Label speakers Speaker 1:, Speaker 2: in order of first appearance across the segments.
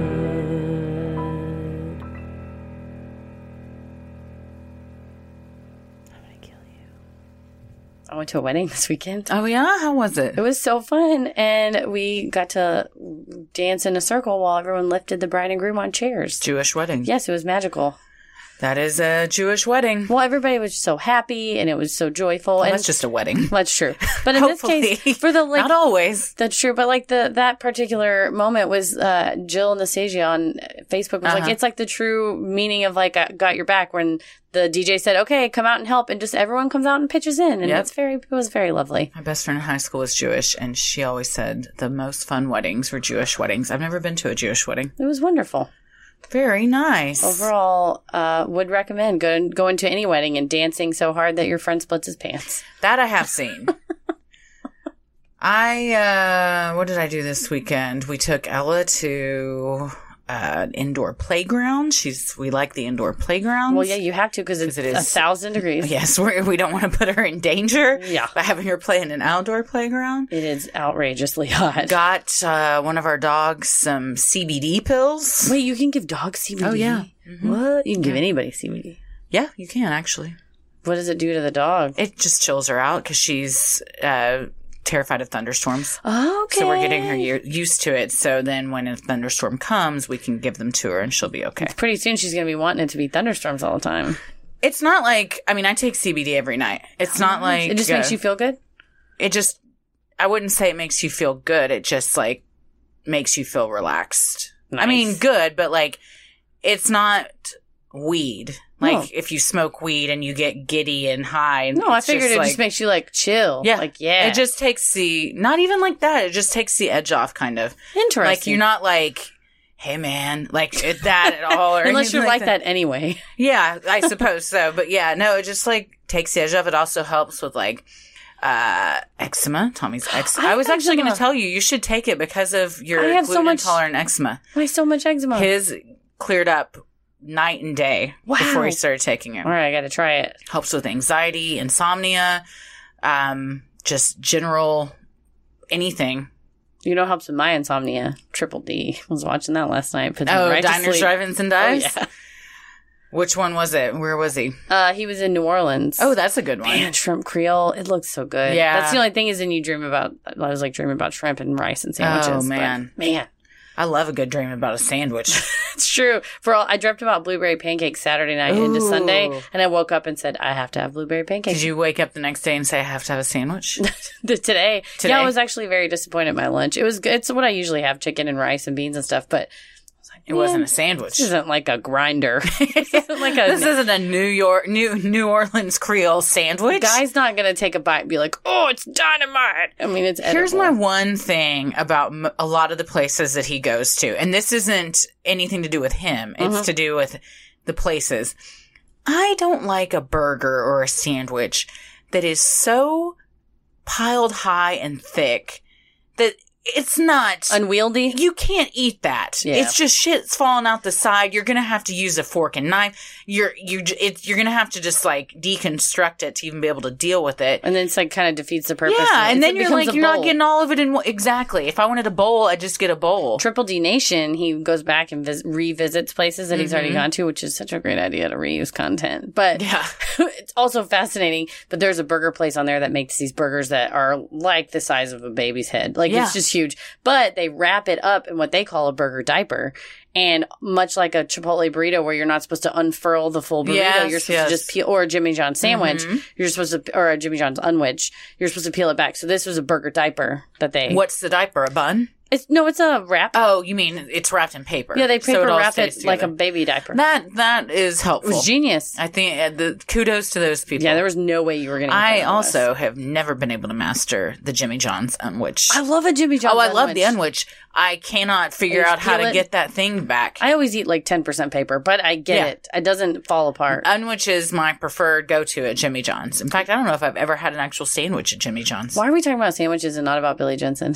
Speaker 1: I'm gonna kill you.
Speaker 2: I went to a wedding this weekend.
Speaker 3: Oh yeah, how was it?
Speaker 2: It was so fun, and we got to dance in a circle while everyone lifted the bride and groom on chairs.
Speaker 3: Jewish wedding.
Speaker 2: Yes, it was magical.
Speaker 3: That is a Jewish wedding.
Speaker 2: Well, everybody was so happy, and it was so joyful. and
Speaker 3: That's just a wedding.
Speaker 2: that's true. But in this
Speaker 3: Hopefully.
Speaker 2: case, for the like
Speaker 3: Not always.
Speaker 2: That's true, but like the that particular moment was uh, Jill Nastasia on Facebook was like,
Speaker 3: Uh-huh.
Speaker 2: it's like the true meaning of like I got your back when the DJ said, okay, come out and help, and just everyone comes out and pitches in, and
Speaker 3: Yep.
Speaker 2: it's very it was very lovely.
Speaker 3: My best friend in high school was Jewish, and she always said the most fun weddings were Jewish weddings. I've never been to a Jewish wedding.
Speaker 2: It was wonderful.
Speaker 3: Very nice.
Speaker 2: Oh, Overall, uh, would recommend go going to any wedding and dancing so hard that your friend splits his pants.
Speaker 3: That I have seen. I uh what did I do this weekend? We took Ella to uh, an indoor playground. She's we like the indoor playgrounds.
Speaker 2: Well, yeah, you have to because it's
Speaker 3: 'Cause Um, it is.
Speaker 2: a thousand degrees.
Speaker 3: yes, we're, we don't want to put her in danger
Speaker 2: Yeah.
Speaker 3: by having her play in an outdoor playground.
Speaker 2: It is outrageously hot.
Speaker 3: Got uh, one of our dogs some CBD pills.
Speaker 2: Wait, you can give dogs CBD?
Speaker 3: Oh, yeah.
Speaker 2: What? You can give anybody CBD.
Speaker 3: Yeah, you can actually.
Speaker 2: What does it do to the dog?
Speaker 3: It just chills her out because she's uh, terrified of thunderstorms.
Speaker 2: Oh, okay.
Speaker 3: So we're getting her u- used to it. So then when a thunderstorm comes, we can give them to her and she'll be okay.
Speaker 2: Pretty soon she's going to be wanting it to be thunderstorms all the time.
Speaker 3: It's not like, I mean, I take CBD every night. It's not like, uh,
Speaker 2: It just makes you feel good.
Speaker 3: it just, I wouldn't say it makes you feel good. It just like makes you feel relaxed. I
Speaker 2: Nice.
Speaker 3: mean, good, but like, it's not weed. Like
Speaker 2: No.
Speaker 3: if you smoke weed and you get giddy and high. And
Speaker 2: No, I
Speaker 3: it's just
Speaker 2: figured it
Speaker 3: like- eh.
Speaker 2: just makes you like chill.
Speaker 3: Yeah.
Speaker 2: Like, yeah.
Speaker 3: It just takes the, not even like that. It just takes the edge off kind of.
Speaker 2: interesting.
Speaker 3: Like you're not like, hey man, like it- that at all, or
Speaker 2: Unless
Speaker 3: anything
Speaker 2: you're like that anyway.
Speaker 3: Yeah, I suppose so. But yeah, no, it just like takes the edge off. It also helps with like uh eczema. Tommy's eczema.
Speaker 2: I
Speaker 3: I, was
Speaker 2: have
Speaker 3: actually going
Speaker 2: eczema.
Speaker 3: to tell you, you should take it because of your
Speaker 2: I have
Speaker 3: gluten
Speaker 2: so much-
Speaker 3: intolerant eczema.
Speaker 2: Why so much eczema?
Speaker 3: His cleared up night and day
Speaker 2: Wow.
Speaker 3: before he started taking it.
Speaker 2: all right, I got to try it.
Speaker 3: Helps with anxiety, insomnia, um, just general anything.
Speaker 2: You know, helps with my insomnia. Triple D was watching that last night. Put me
Speaker 3: Oh,
Speaker 2: right to
Speaker 3: diners,
Speaker 2: sleep.
Speaker 3: drive-ins, and
Speaker 2: Oh,
Speaker 3: dives.
Speaker 2: yeah.
Speaker 3: Which one was it? Where was he?
Speaker 2: Uh, he was in New Orleans.
Speaker 3: Oh, that's a good one.
Speaker 2: man, shrimp Creole. It looks so good.
Speaker 3: Yeah.
Speaker 2: that's the only thing is, then you dream about. I was like dreaming about shrimp and rice and sandwiches. but-
Speaker 3: man.
Speaker 2: man,
Speaker 3: I love a good dream about a sandwich.
Speaker 2: It's true. For all, I dreamt about blueberry pancakes Saturday night into
Speaker 3: Ooh.
Speaker 2: Sunday, and I woke up and said, "I have to have blueberry
Speaker 3: Did
Speaker 2: pancakes."
Speaker 3: you wake up the next day and say I have to have a sandwich?
Speaker 2: today,
Speaker 3: Today.
Speaker 2: yeah, I was actually very disappointed at my lunch. It was good. It's what I usually have: chicken and rice and beans and stuff. But
Speaker 3: It wasn't
Speaker 2: Yeah.
Speaker 3: a sandwich.
Speaker 2: this isn't like a grinder. this isn't like a
Speaker 3: This isn't a New York, New New Orleans Creole sandwich.
Speaker 2: guy's not gonna take a bite and be like, "Oh, it's dynamite." I mean, it's
Speaker 3: here's my
Speaker 2: edible.
Speaker 3: one thing about m- a lot of the places that he goes to, and this isn't anything to do with him. It's
Speaker 2: Uh-huh.
Speaker 3: to do with the places. I don't like a burger or a sandwich that is so piled high and thick that it's not
Speaker 2: unwieldy.
Speaker 3: You can't eat that.
Speaker 2: Yeah.
Speaker 3: It's just shit's falling out the side. You're gonna have to use a fork and knife. You're you j- it, you're gonna have to just like deconstruct it to even be able to deal with it.
Speaker 2: And then it's like kind of defeats the purpose.
Speaker 3: yeah, and
Speaker 2: It's- it
Speaker 3: then you're
Speaker 2: becomes
Speaker 3: like
Speaker 2: a
Speaker 3: you're not
Speaker 2: bowl.
Speaker 3: getting all of it in one. Exactly. If I wanted a bowl, I'd just get a bowl.
Speaker 2: Triple D Nation, he goes back and vis- revisits places that he's already gone to, which is such a great idea to reuse content. But
Speaker 3: Yeah.
Speaker 2: it's also fascinating. But there's a burger place on there that makes these burgers that are like the size of a baby's head. Like
Speaker 3: Yeah.
Speaker 2: it's just huge. But they wrap it up in what they call a burger diaper. And much like a Chipotle burrito where you're not supposed to unfurl the full burrito,
Speaker 3: Yes,
Speaker 2: you're supposed
Speaker 3: yes.
Speaker 2: to just peel, or a Jimmy John's sandwich,
Speaker 3: Mhm.
Speaker 2: you're supposed to, or a Jimmy John's unwich, you're supposed to peel it back. So this was a burger diaper that they.
Speaker 3: What's the diaper? A bun?
Speaker 2: It's, no, it's a wrap.
Speaker 3: Oh, you mean it's wrapped in paper?
Speaker 2: yeah, they
Speaker 3: So it
Speaker 2: paper
Speaker 3: all
Speaker 2: wrap
Speaker 3: stays
Speaker 2: it like a
Speaker 3: together.
Speaker 2: baby diaper.
Speaker 3: That that is
Speaker 2: it
Speaker 3: helpful.
Speaker 2: was genius.
Speaker 3: I think uh, the kudos to those people.
Speaker 2: Yeah, there was no way you were going to.
Speaker 3: I also have never been able to master the Jimmy John's unwich.
Speaker 2: I love a Jimmy John's.
Speaker 3: oh, I love
Speaker 2: sandwich.
Speaker 3: the unwich. I cannot figure
Speaker 2: You
Speaker 3: out how
Speaker 2: peel
Speaker 3: to
Speaker 2: it.
Speaker 3: get that thing back.
Speaker 2: I always eat like ten percent paper, but I get
Speaker 3: Yeah.
Speaker 2: it. It doesn't fall apart.
Speaker 3: Unwich is my preferred go-to at Jimmy John's. In fact, I don't know if I've ever had an actual sandwich at Jimmy John's.
Speaker 2: Why are we talking about sandwiches and not about Billy Jensen?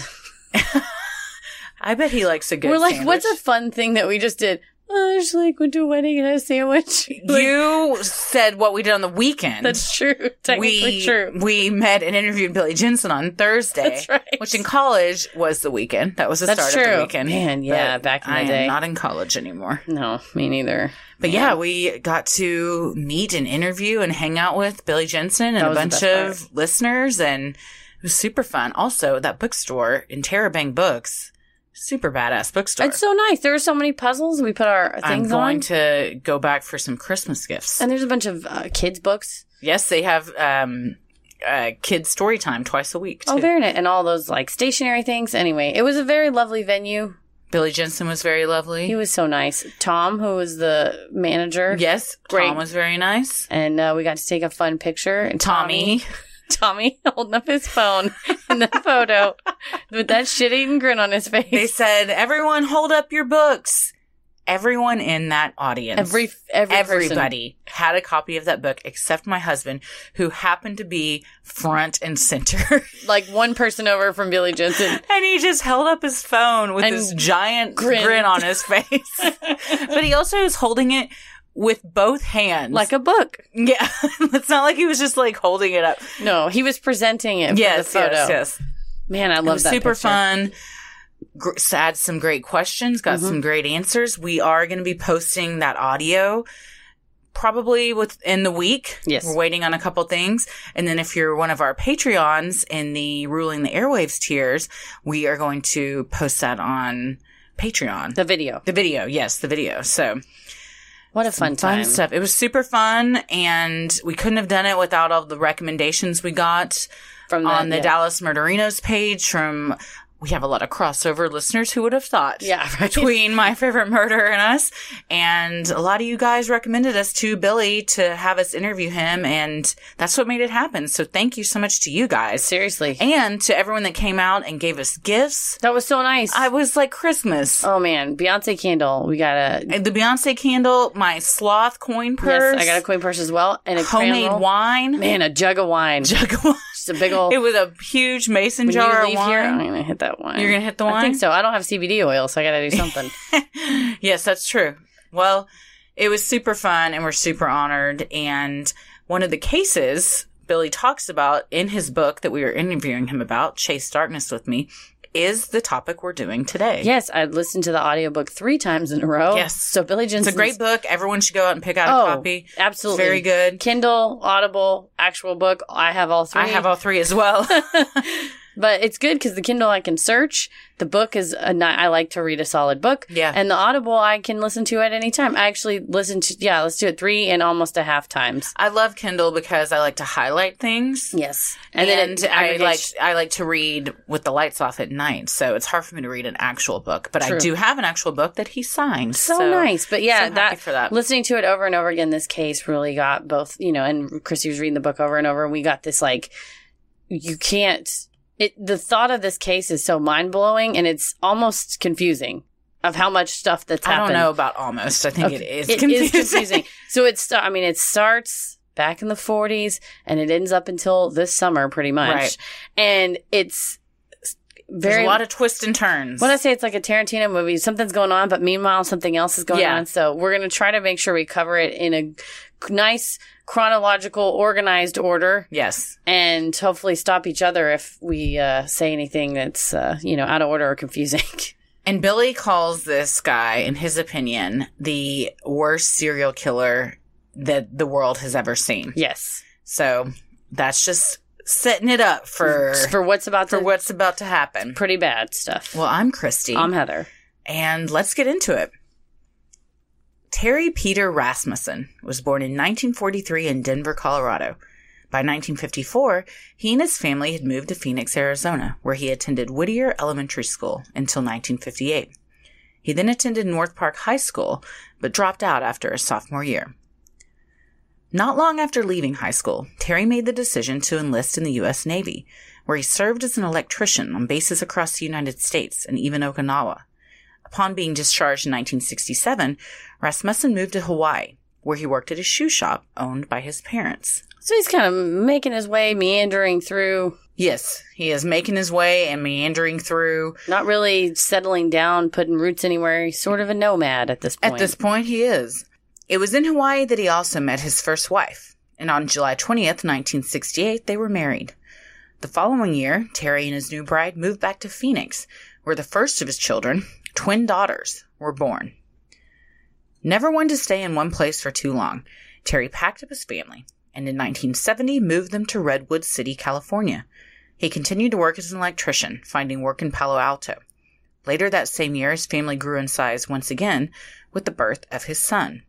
Speaker 3: I bet he likes a good.
Speaker 2: We're like,
Speaker 3: sandwich.
Speaker 2: what's a fun thing that we just did? Oh, I just like went to a wedding and had a sandwich. Like,
Speaker 3: you said what we did on the weekend.
Speaker 2: that's true. Technically
Speaker 3: we,
Speaker 2: true.
Speaker 3: We met and interviewed Billy Jensen on Thursday,
Speaker 2: That's right.
Speaker 3: which in college was the weekend. That was the
Speaker 2: That's
Speaker 3: start of
Speaker 2: true.
Speaker 3: the weekend.
Speaker 2: Man, yeah, back in the
Speaker 3: I am
Speaker 2: day.
Speaker 3: not in college anymore.
Speaker 2: No, me neither.
Speaker 3: But yeah, we got to meet and interview and hang out with Billy Jensen and
Speaker 2: That
Speaker 3: a
Speaker 2: was the
Speaker 3: bunch
Speaker 2: best
Speaker 3: of listeners, and it was super fun. Also, that bookstore in Terabang Books, super badass bookstore.
Speaker 2: It's so nice. There are so many puzzles. We put our
Speaker 3: I'm
Speaker 2: things
Speaker 3: going
Speaker 2: on.
Speaker 3: to go back for some Christmas gifts.
Speaker 2: and there's a bunch of uh, kids' books.
Speaker 3: yes, they have um, uh, kids story time twice a week. Too.
Speaker 2: Oh, very nice. And all those like stationary things. Anyway, it was a very lovely venue.
Speaker 3: Billy Jensen was very lovely.
Speaker 2: He was so nice. Tom, who was the manager.
Speaker 3: yes,
Speaker 2: Great.
Speaker 3: Tom was very nice.
Speaker 2: And uh, we got to take a fun picture. And
Speaker 3: Tommy,
Speaker 2: Tommy holding up his phone in the photo with that shit eating grin on his
Speaker 3: they
Speaker 2: face.
Speaker 3: said, "Everyone, hold up your books." Everyone in that audience,
Speaker 2: Every, every person.
Speaker 3: everybody had a copy of that book except my husband, who happened to be front and center,
Speaker 2: like one person over from Billy Jensen.
Speaker 3: and he just held up his phone with
Speaker 2: And
Speaker 3: this giant
Speaker 2: grinned.
Speaker 3: grin on his face. but he also was holding it with both hands,
Speaker 2: Like a book.
Speaker 3: yeah. it's not like he was just like holding it up.
Speaker 2: No, he was presenting it.
Speaker 3: Yes,
Speaker 2: for the photo.
Speaker 3: yes, yes.
Speaker 2: Man, I
Speaker 3: It
Speaker 2: love
Speaker 3: was
Speaker 2: that.
Speaker 3: super
Speaker 2: picture.
Speaker 3: fun. Gr- had some great questions, got
Speaker 2: Mm-hmm.
Speaker 3: some great answers. We are going to be posting that audio probably within the week.
Speaker 2: Yes.
Speaker 3: We're waiting on a couple things. And then if you're one of our Patreons in the Ruling the Airwaves tiers, we are going to post that on Patreon. The,
Speaker 2: The video.
Speaker 3: video, yes, the video. So
Speaker 2: What a fun
Speaker 3: fun
Speaker 2: time.
Speaker 3: stuff. It was super fun. And we couldn't have done it without all the recommendations we got
Speaker 2: From that,
Speaker 3: on the
Speaker 2: Uh, yeah.
Speaker 3: Dallas Murderinos page from we have a lot of crossover listeners who would have thought
Speaker 2: Yeah, right.
Speaker 3: between my favorite murder and us and a lot of you guys recommended us to Billy to have us interview him and that's what made it happen so thank you so much to you guys
Speaker 2: Seriously.
Speaker 3: and to everyone that came out and gave us gifts
Speaker 2: that was so nice.
Speaker 3: I was like Christmas Uh,
Speaker 2: oh, man. Beyonce Candle. We got a.
Speaker 3: the Beyonce candle my sloth coin purse
Speaker 2: Yes, I got a coin purse as well. And a crayon
Speaker 3: homemade
Speaker 2: roll.
Speaker 3: wine
Speaker 2: Man, a jug of wine.
Speaker 3: jug of wine
Speaker 2: Just a big old.
Speaker 3: it was a huge mason
Speaker 2: when you
Speaker 3: jar of
Speaker 2: leave here,
Speaker 3: wine
Speaker 2: I'm gonna hit that wine.
Speaker 3: You're gonna hit the
Speaker 2: I think
Speaker 3: wine?
Speaker 2: so. I don't have CBD oil, so I gotta do something.
Speaker 3: yes, that's true. Well, it was super fun and we're super honored. And one of the cases Billy talks about in his book that we were interviewing him about, Chase Darkness with Me, is the topic we're doing today.
Speaker 2: yes, I listened to the audiobook three times in a row.
Speaker 3: Yes.
Speaker 2: So Billy
Speaker 3: It's
Speaker 2: Jensen's
Speaker 3: a great book. Everyone should go out and pick out
Speaker 2: Oh,
Speaker 3: a copy.
Speaker 2: absolutely.
Speaker 3: Very good.
Speaker 2: Kindle, Audible, actual book. I have all three.
Speaker 3: I have all three as well.
Speaker 2: But it's good because the Kindle I can search. The book is a ni- I like to read a solid book.
Speaker 3: Yeah.
Speaker 2: And the Audible I can listen to at any time. I actually listen to yeah, let's do it three and almost a half times.
Speaker 3: I love Kindle because I like to highlight things.
Speaker 2: Yes.
Speaker 3: And,
Speaker 2: then it
Speaker 3: I like
Speaker 2: aggregates-
Speaker 3: I like to read with the lights off at night, so it's hard for me to read an actual book. But
Speaker 2: True.
Speaker 3: I do have an actual book that he signed.
Speaker 2: so, nice. But yeah,
Speaker 3: so happy
Speaker 2: that,
Speaker 3: for that.
Speaker 2: listening to it over and over again, this case really got both, you know, and Christy was reading the book over and over. And we got this like, you can't, it, the thought of this case is so mind blowing and it's almost confusing of how much stuff that's
Speaker 3: I
Speaker 2: happened.
Speaker 3: don't know about almost. I think
Speaker 2: Okay.
Speaker 3: it is
Speaker 2: It
Speaker 3: confusing.
Speaker 2: is confusing. so it's, I mean, it starts back in the 40s and it ends up until this summer pretty much.
Speaker 3: Right.
Speaker 2: And it's
Speaker 3: There's
Speaker 2: very,
Speaker 3: a lot of twists and turns.
Speaker 2: when I say it's like a Tarantino movie, something's going on, but meanwhile, something else is going
Speaker 3: Yeah.
Speaker 2: on. So we're going to try to make sure we cover it in a nice chronological, organized order
Speaker 3: yes.
Speaker 2: and hopefully stop each other if we uh, say anything that's, uh, you know, out of order or confusing.
Speaker 3: And Billy calls this guy, in his opinion, the worst serial killer that the world has ever seen.
Speaker 2: yes.
Speaker 3: So that's just setting it up for for,
Speaker 2: For what's about to,
Speaker 3: what's about to happen.
Speaker 2: pretty bad stuff.
Speaker 3: Well, I'm Christy,
Speaker 2: I'm Heather.
Speaker 3: and let's get into it. Terry Peter Rasmussen was born in 1943 in Denver, Colorado. By 1954, he and his family had moved to Phoenix, Arizona, where he attended Whittier Elementary School until 1958. He then attended North Park High School, but dropped out after his sophomore year. Not long after leaving high school, Terry made the decision to enlist in the U.S. Navy, where he served as an electrician on bases across the United States and even Okinawa. Upon being discharged in 1967, Rasmussen moved to Hawaii, where he worked at a shoe shop owned by his parents.
Speaker 2: So he's kind of making his way, meandering through,
Speaker 3: Yes, he is making his way and meandering through.
Speaker 2: not really settling down, putting roots anywhere. He's sort of a nomad at this point.
Speaker 3: At this point, he is. It was in Hawaii that he also met his first wife, and on July 20th, 1968, they were married. The following year, Terry and his new bride moved back to Phoenix, where the first of his children, twin daughters, were born. Never one to stay in one place for too long, Terry packed up his family and in 1970 moved them to Redwood City, California. He continued to work as an electrician, finding work in Palo Alto. Later that same year, his family grew in size once again with the birth of his son.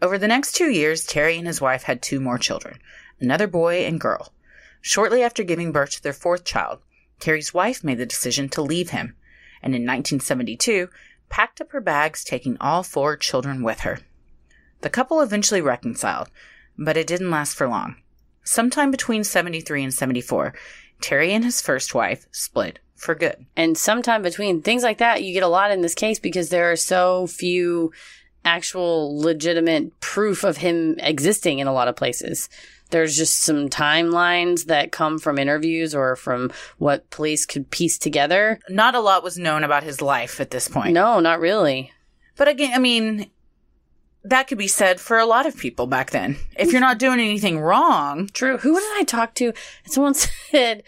Speaker 3: Over the next two years, Terry and his wife had two more children another boy and girl. Shortly after giving birth to their fourth child, Terry's wife made the decision to leave him, and in 1972, packed up her bags, taking all four children with her. The couple eventually reconciled, but it didn't last for long. Sometime between 73 and 74, Terry and his first wife split for good.
Speaker 2: and sometime between things like that you get a lot in this case because there are so few actual legitimate proof of him existing in a lot of places there's just some timelines that come from interviews or from what police could piece together
Speaker 3: Not a lot was known about his life at this point.
Speaker 2: no not really
Speaker 3: But again, I mean, that could be said for a lot of people back then. If you're not doing anything wrong,
Speaker 2: true who did i talk to someone said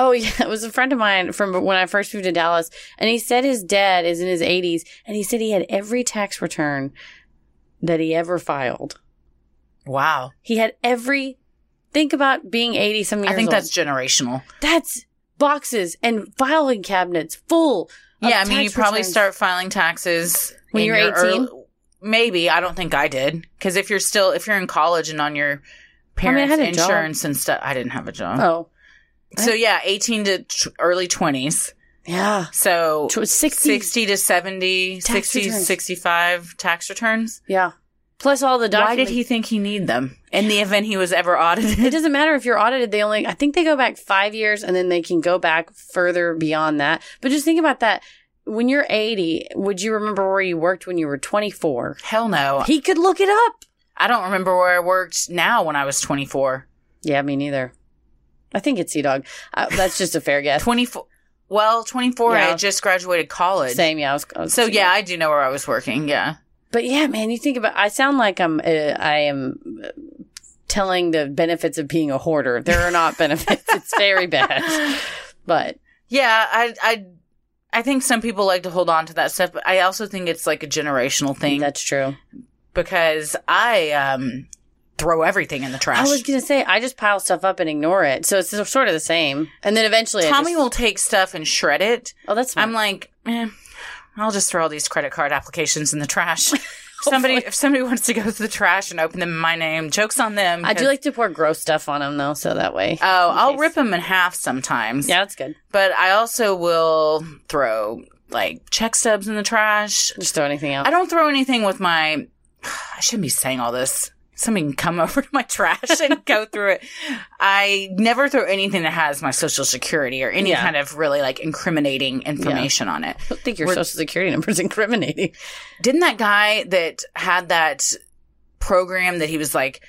Speaker 2: oh yeah it was a friend of mine from when i first moved to dallas and he said his dad is in his 80s and he said he had every tax return that he ever filed
Speaker 3: wow.
Speaker 2: He had every. Think about being eighty some years.
Speaker 3: I think
Speaker 2: old.
Speaker 3: that's generational.
Speaker 2: that's boxes and filing cabinets full. of
Speaker 3: yeah, I mean,
Speaker 2: tax
Speaker 3: you probably
Speaker 2: returns.
Speaker 3: start filing taxes
Speaker 2: When
Speaker 3: in
Speaker 2: you're 18?
Speaker 3: your early- maybe I don't think I did because if you're still if you're in college and on your
Speaker 2: I mean, I
Speaker 3: parents'
Speaker 2: had a job.
Speaker 3: insurance and stuff, I didn't have a job.
Speaker 2: Oh
Speaker 3: So yeah, eighteen to t- early twenties.
Speaker 2: yeah,
Speaker 3: So
Speaker 2: Tw- 60.
Speaker 3: 60 to 70,
Speaker 2: Tax
Speaker 3: 60
Speaker 2: returns.
Speaker 3: 65 tax returns.
Speaker 2: yeah. Plus all the
Speaker 3: Why
Speaker 2: documents.
Speaker 3: did he think he need them in the event he was ever
Speaker 2: It
Speaker 3: audited?
Speaker 2: doesn't matter if you're audited. They only, I think they go back five years and then they can go back further beyond that. But just think about that. When you're 80, would you remember where you worked when you were 24?
Speaker 3: Hell no.
Speaker 2: He could look it up.
Speaker 3: I don't remember where I worked now when I was 24.
Speaker 2: Yeah, me neither. I think it's Sea Dog. Uh, that's just a fair guess.
Speaker 3: 24 Well, 24 I
Speaker 2: Yeah.
Speaker 3: had just graduated college.
Speaker 2: Same, yeah. I was, I was
Speaker 3: So yeah, I do know where I was working. Yeah.
Speaker 2: But yeah, man, you think about. I sound like I'm. Uh, I am uh, telling the benefits of being a hoarder. There are not benefits. it's very bad. But
Speaker 3: Yeah, I I I think some people like to hold on to that stuff, but I also think it's like a generational thing
Speaker 2: that's true.
Speaker 3: because I um throw everything in the
Speaker 2: I
Speaker 3: trash.
Speaker 2: was gonna say I just pile stuff up and ignore it, so it's sort of the same. And then eventually, I
Speaker 3: Tommy
Speaker 2: just-
Speaker 3: will take stuff and shred it.
Speaker 2: Oh, that's.
Speaker 3: I'm like, eh, I'll just throw all these credit card applications in the trash. If somebody if somebody wants to go to the trash and open them in my name, jokes on them.
Speaker 2: I do
Speaker 3: 'cause-
Speaker 2: like to pour gross stuff on them though, so that way.
Speaker 3: Oh, I'll
Speaker 2: case.
Speaker 3: rip them in half sometimes.
Speaker 2: yeah, that's good.
Speaker 3: But I also will throw like check stubs in the trash.
Speaker 2: Just throw anything out.
Speaker 3: I don't throw anything with my. I shouldn't be saying all this. Somebody can come over to my trash and go through it. I never throw anything that has my social security or any
Speaker 2: Yeah.
Speaker 3: kind of really like incriminating information on it.
Speaker 2: I don't think your
Speaker 3: we're-
Speaker 2: social security number is incriminating.
Speaker 3: Didn't that guy that had that program that he was like,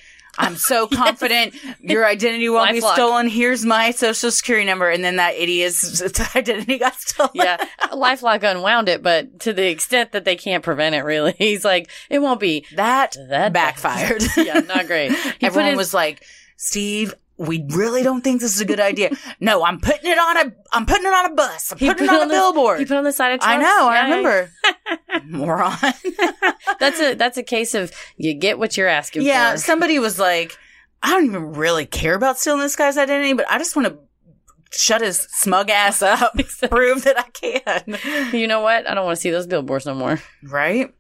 Speaker 3: I'm so confident your identity won't be
Speaker 2: LifeLock.
Speaker 3: stolen. Here's my social security number. And then that idiot's identity got stolen.
Speaker 2: yeah, LifeLock unwound it, but to the extent that they can't prevent it, really, he's like, it won't be
Speaker 3: That
Speaker 2: that
Speaker 3: backfired.
Speaker 2: yeah, not great. He
Speaker 3: Everyone
Speaker 2: put his-
Speaker 3: was like, "Steve, we really don't think this is a good idea." no, I'm putting it on a, I'm putting it on a bus. I'm
Speaker 2: he
Speaker 3: putting it
Speaker 2: put
Speaker 3: on a
Speaker 2: the-
Speaker 3: billboard.
Speaker 2: He put on the side of
Speaker 3: I
Speaker 2: trucks.
Speaker 3: know. I
Speaker 2: Yeah,
Speaker 3: remember. Moron.
Speaker 2: That's a that's a case of you get what you're asking
Speaker 3: yeah.
Speaker 2: for.
Speaker 3: Somebody was like, "I don't even really care about stealing this guy's identity, but I just want to." Shut his smug ass up. Prove that I can.
Speaker 2: You know what? I don't want to see those billboards no more.
Speaker 3: Right?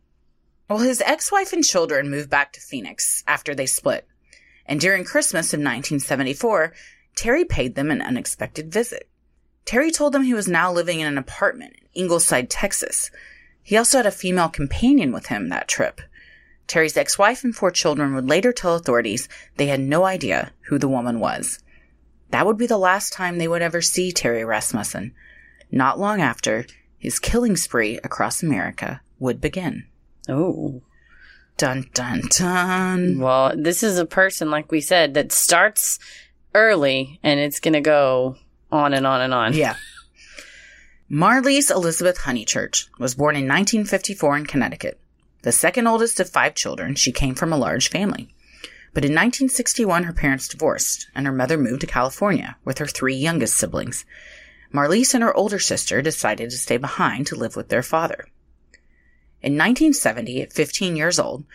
Speaker 3: Well, his ex wife and children moved back to Phoenix after they split. And during Christmas of 1974, Terry paid them an unexpected visit. Terry told them he was now living in an apartment in Ingleside, Texas. He also had a female companion with him that trip. Terry's ex wife and four children would later tell authorities they had no idea who the woman was. That would be the last time they would ever see Terry Rasmussen. Not long after, his killing spree across America would begin.
Speaker 2: Oh.
Speaker 3: Dun dun dun.
Speaker 2: Well, this is a person, like we said, that starts early and it's going to go on and on and on.
Speaker 3: Yeah. Marlies Elizabeth Honeychurch was born in 1954 in Connecticut. The second oldest of five children, she came from a large family. But in 1961, her parents divorced, and her mother moved to California with her three youngest siblings. Marlies and her older sister decided to stay behind to live with their father. In 1970, at 15 years old,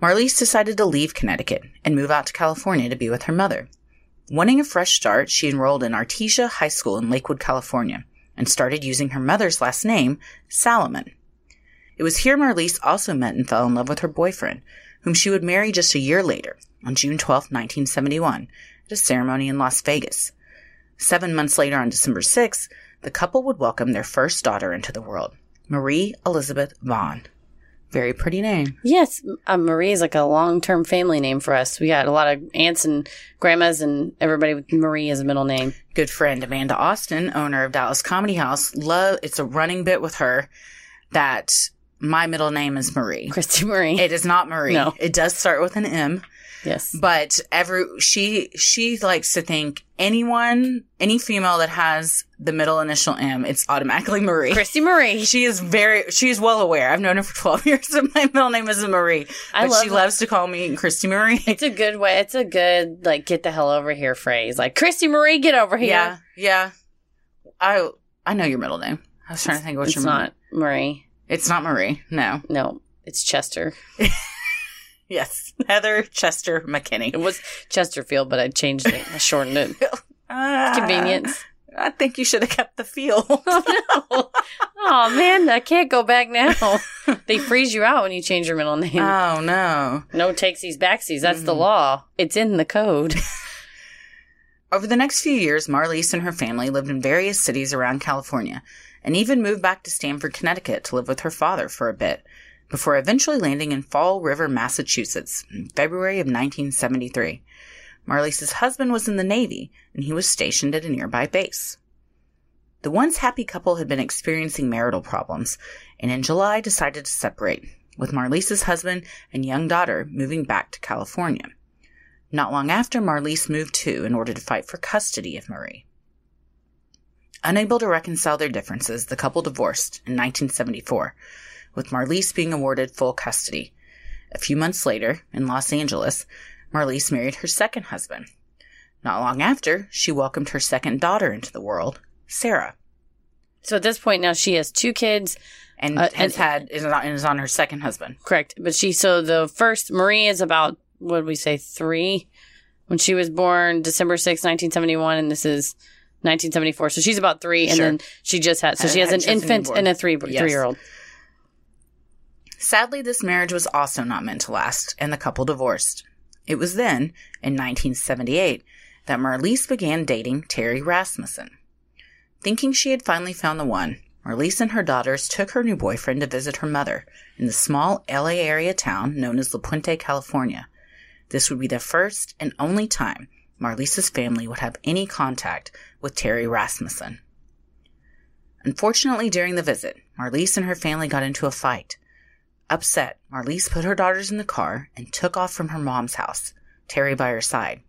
Speaker 3: Marlies decided to leave Connecticut and move out to California to be with her mother. Wanting a fresh start, she enrolled in Artesia High School in Lakewood, California, and started using her mother's last name, Salomon. It was here Marlies also met and fell in love with her boyfriend, whom she would marry just a year later, on June 12, 1971, at a ceremony in Las Vegas. Seven months later, on December 6, the couple would welcome their first daughter into the world, Marie Elizabeth Vaughn. Very pretty name.
Speaker 2: Yes, uh, Marie is like a long-term family name for us. We got a lot of aunts and grandmas and everybody with Marie as a middle name.
Speaker 3: Good friend Amanda Austin, owner of Dallas Comedy House, love it's a running bit with her that my middle name is Marie.
Speaker 2: Christy Marie.
Speaker 3: It is not Marie.
Speaker 2: No.
Speaker 3: It does start with an M,
Speaker 2: yes.
Speaker 3: but every she she likes to think anyone any female that has the middle initial M, it's automatically Marie.
Speaker 2: Christy Marie.
Speaker 3: She is very she is well aware. I've known her for 12 years and my middle name isn't Marie.
Speaker 2: I
Speaker 3: but
Speaker 2: love
Speaker 3: she
Speaker 2: that.
Speaker 3: loves to call me Christy Marie.
Speaker 2: It's a good way. It's a good like get the hell over here phrase. Like Christy Marie, get over here.
Speaker 3: Yeah, yeah. I I know your middle name. I was trying to think what
Speaker 2: it's
Speaker 3: your
Speaker 2: not Marie.
Speaker 3: It's not Marie. No.
Speaker 2: No, it's Chester.
Speaker 3: Yes, Heather Chester
Speaker 2: It
Speaker 3: McKinney.
Speaker 2: was Chesterfield, but I changed it. I shortened it.
Speaker 3: Ah,
Speaker 2: Convenience.
Speaker 3: I think you should have kept the field.
Speaker 2: Oh man, I can't go back now. they freeze you out when you change your middle name.
Speaker 3: oh no.
Speaker 2: no takesies, backsies. That's
Speaker 3: mm-hmm.
Speaker 2: the law. It's in the code.
Speaker 3: Over the next few years, Marlies and her family lived in various cities around California and even moved back to Stamford, Connecticut to live with her father for a bit before eventually landing in Fall River, Massachusetts in February of 1973. Marlies' husband was in the Navy and he was stationed at a nearby base. The once happy couple had been experiencing marital problems and in July decided to separate, with Marlies' husband and young daughter moving back to California. Not long after, Marlies moved too in order to fight for custody of Marie. Unable to reconcile their differences, the couple divorced in 1974, with Marlies being awarded full custody. A few months later, in Los Angeles, Marlies married her second husband. Not long after, she welcomed her second daughter into the world, Sarah,
Speaker 2: so at this point now, she has two kids.
Speaker 3: and
Speaker 2: Uh,
Speaker 3: has
Speaker 2: and-
Speaker 3: had is on, is on her second husband.
Speaker 2: Correct. But she, so the first, Marie is about, what did we say, three? When she was born December sixth, 1971, and this is 1974. So she's about three. And
Speaker 3: Sure.
Speaker 2: then she just had, so
Speaker 3: Had-
Speaker 2: she has
Speaker 3: had
Speaker 2: an
Speaker 3: just a
Speaker 2: infant
Speaker 3: newborn.
Speaker 2: and a three,
Speaker 3: Yes.
Speaker 2: three year old.
Speaker 3: Sadly, this marriage was also not meant to last, and the couple divorced. It was then, in 1978, that Marlies began dating Terry Rasmussen. Thinking she had finally found the one, Marlies and her daughters took her new boyfriend to visit her mother in the small LA area town known as La Puente, California. This would be the first and only time Marlies' family would have any contact with Terry Rasmussen. Unfortunately, during the visit, Marlies and her family got into a fight. Upset, Marlies put her daughters in the car and took off from her mom's house, Terry by her side.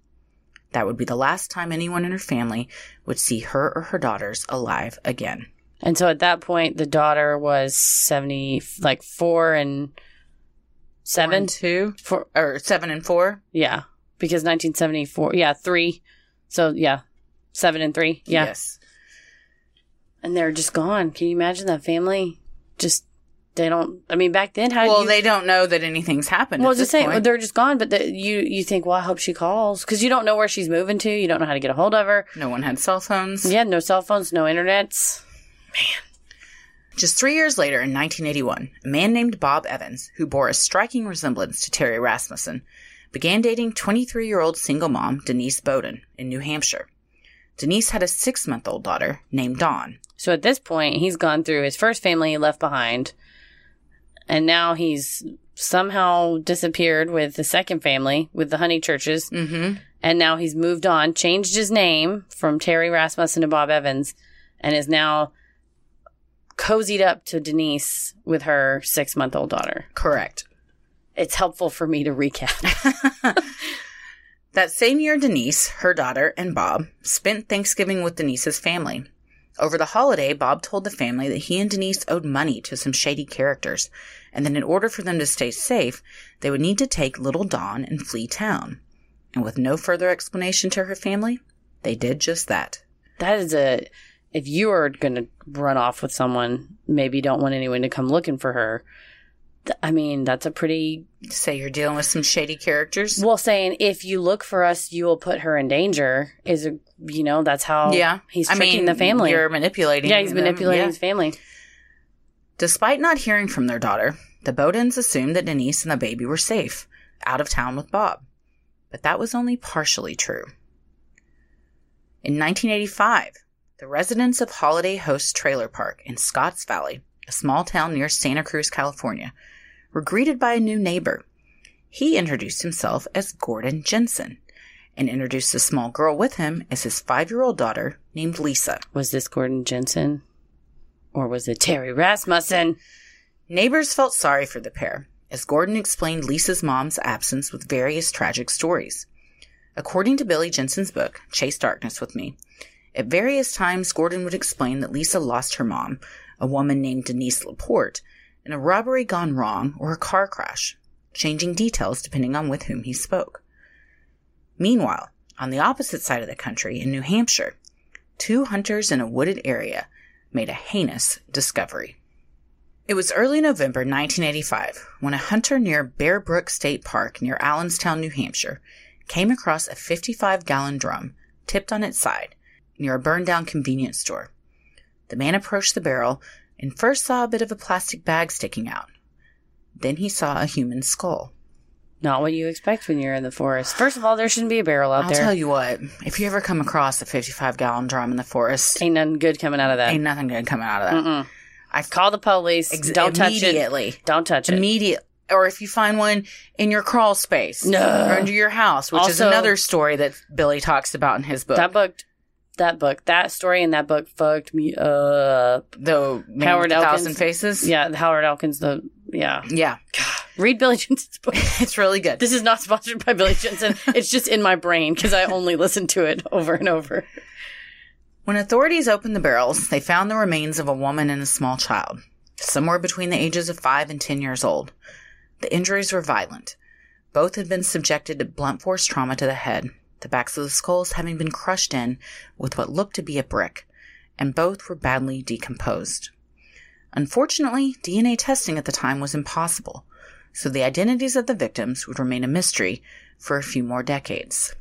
Speaker 3: That would be the last time anyone in her family would see her or her daughters alive again.
Speaker 2: And so at that point, the daughter was 70, like four and seven.
Speaker 3: One, two,
Speaker 2: Four,
Speaker 3: or seven and four.
Speaker 2: yeah. Because 1974, yeah, three. So yeah, seven and three. Yeah.
Speaker 3: Yes.
Speaker 2: And they're just gone. Can you imagine that family? Just, they don't, I mean, back then, how do
Speaker 3: Well,
Speaker 2: you,
Speaker 3: they don't know that anything's happened.
Speaker 2: Well, I was
Speaker 3: at
Speaker 2: just
Speaker 3: this
Speaker 2: saying
Speaker 3: point.
Speaker 2: they're just gone, but the, you you think, well, I hope she calls because you don't know where she's moving to. You don't know how to get a hold of her.
Speaker 3: no one had cell phones.
Speaker 2: Yeah, no cell phones, no internets.
Speaker 3: Just three years later, in 1981, a man named Bob Evans, who bore a striking resemblance to Terry Rasmussen, began dating 23 year old single mom Denise Bowden in New Hampshire. Denise had a six month old daughter named Dawn.
Speaker 2: So at this point, he's gone through his first family he left behind, and now he's somehow disappeared with the second family with the Honey Churches,
Speaker 3: Mm-hmm.
Speaker 2: and now he's moved on, changed his name from Terry Rasmussen to Bob Evans, and is now cozied up to Denise with her six month old daughter.
Speaker 3: Correct.
Speaker 2: It's helpful for me to recap.
Speaker 3: That same year, Denise, her daughter, and Bob spent Thanksgiving with Denise's family. Over the holiday, Bob told the family that he and Denise owed money to some shady characters, and that in order for them to stay safe, they would need to take little Dawn and flee town. And with no further explanation to her family, they did just that.
Speaker 2: that is a. If you are going to run off with someone, maybe you don't want anyone to come looking for her. th- I mean, that's a pretty
Speaker 3: Say you're dealing with some shady characters?
Speaker 2: Well, saying if you look for us, you will put her in danger is a you know that's how
Speaker 3: yeah.
Speaker 2: he's tricking the family.
Speaker 3: You're manipulating.
Speaker 2: yeah, he's
Speaker 3: them,
Speaker 2: manipulating
Speaker 3: yeah.
Speaker 2: his family.
Speaker 3: Despite not hearing from their daughter, the Bowdens assumed that Denise and the baby were safe, out of town with Bob. But that was only partially true. In 1985, the residents of Holiday Host Trailer Park in Scotts Valley, a small town near Santa Cruz, California, were greeted by a new neighbor. He introduced himself as Gordon Jensen and introduced a small girl with him as his five year old daughter named Lisa.
Speaker 2: Was this Gordon Jensen, or was it Terry Rasmussen?
Speaker 3: Neighbors felt sorry for the pair, as Gordon explained Lisa's mom's absence with various tragic stories. According to Billy Jensen's book, Chase Darkness with Me, at various times Gordon would explain that Lisa lost her mom, a woman named Denise Laporte, in a robbery gone wrong or a car crash, changing details depending on with whom he spoke. Meanwhile, on the opposite side of the country, in New Hampshire, two hunters in a wooded area made a heinous discovery. It was early November 1985 when a hunter near Bear Brook State Park near Allenstown, New Hampshire, came across a 55 gallon drum tipped on its side near a burned down convenience store. The man approached the barrel and first saw a bit of a plastic bag sticking out. Then he saw a human skull.
Speaker 2: Not what you expect when you're in the forest. First of all, there shouldn't be a barrel out
Speaker 3: I'll
Speaker 2: there.
Speaker 3: tell you what, if you ever come across a 55 gallon drum in the forest,
Speaker 2: Ain't nothing good coming out of that.
Speaker 3: ain't nothing good coming out of that.
Speaker 2: Mm-mm.
Speaker 3: I
Speaker 2: Call the police.
Speaker 3: Ex-
Speaker 2: Don't touch it.
Speaker 3: immediately.
Speaker 2: Don't touch it.
Speaker 3: immediate or if you find one in your crawl space
Speaker 2: No.
Speaker 3: or under your house which is
Speaker 2: Also-
Speaker 3: another story that billy talks about in his book
Speaker 2: That book, that book, that story in that book fucked me up.
Speaker 3: the Man
Speaker 2: Howard
Speaker 3: with a thousand
Speaker 2: Elkins.
Speaker 3: faces
Speaker 2: Yeah, Howard Elkins. The yeah,
Speaker 3: yeah
Speaker 2: read Billy Jensen's book.
Speaker 3: it's really good
Speaker 2: This is not sponsored by Billy Jensen. it's just in my brain because I only listen to it over and over.
Speaker 3: when authorities opened the barrels they found the remains of a woman and a small child somewhere between the ages of five and ten years old the injuries were violent both had been subjected to blunt force trauma to the head the backs of the skulls having been crushed in with what looked to be a brick and both were badly decomposed Unfortunately, DNA testing at the time was impossible, so the identities of the victims would remain a mystery for a few more decades.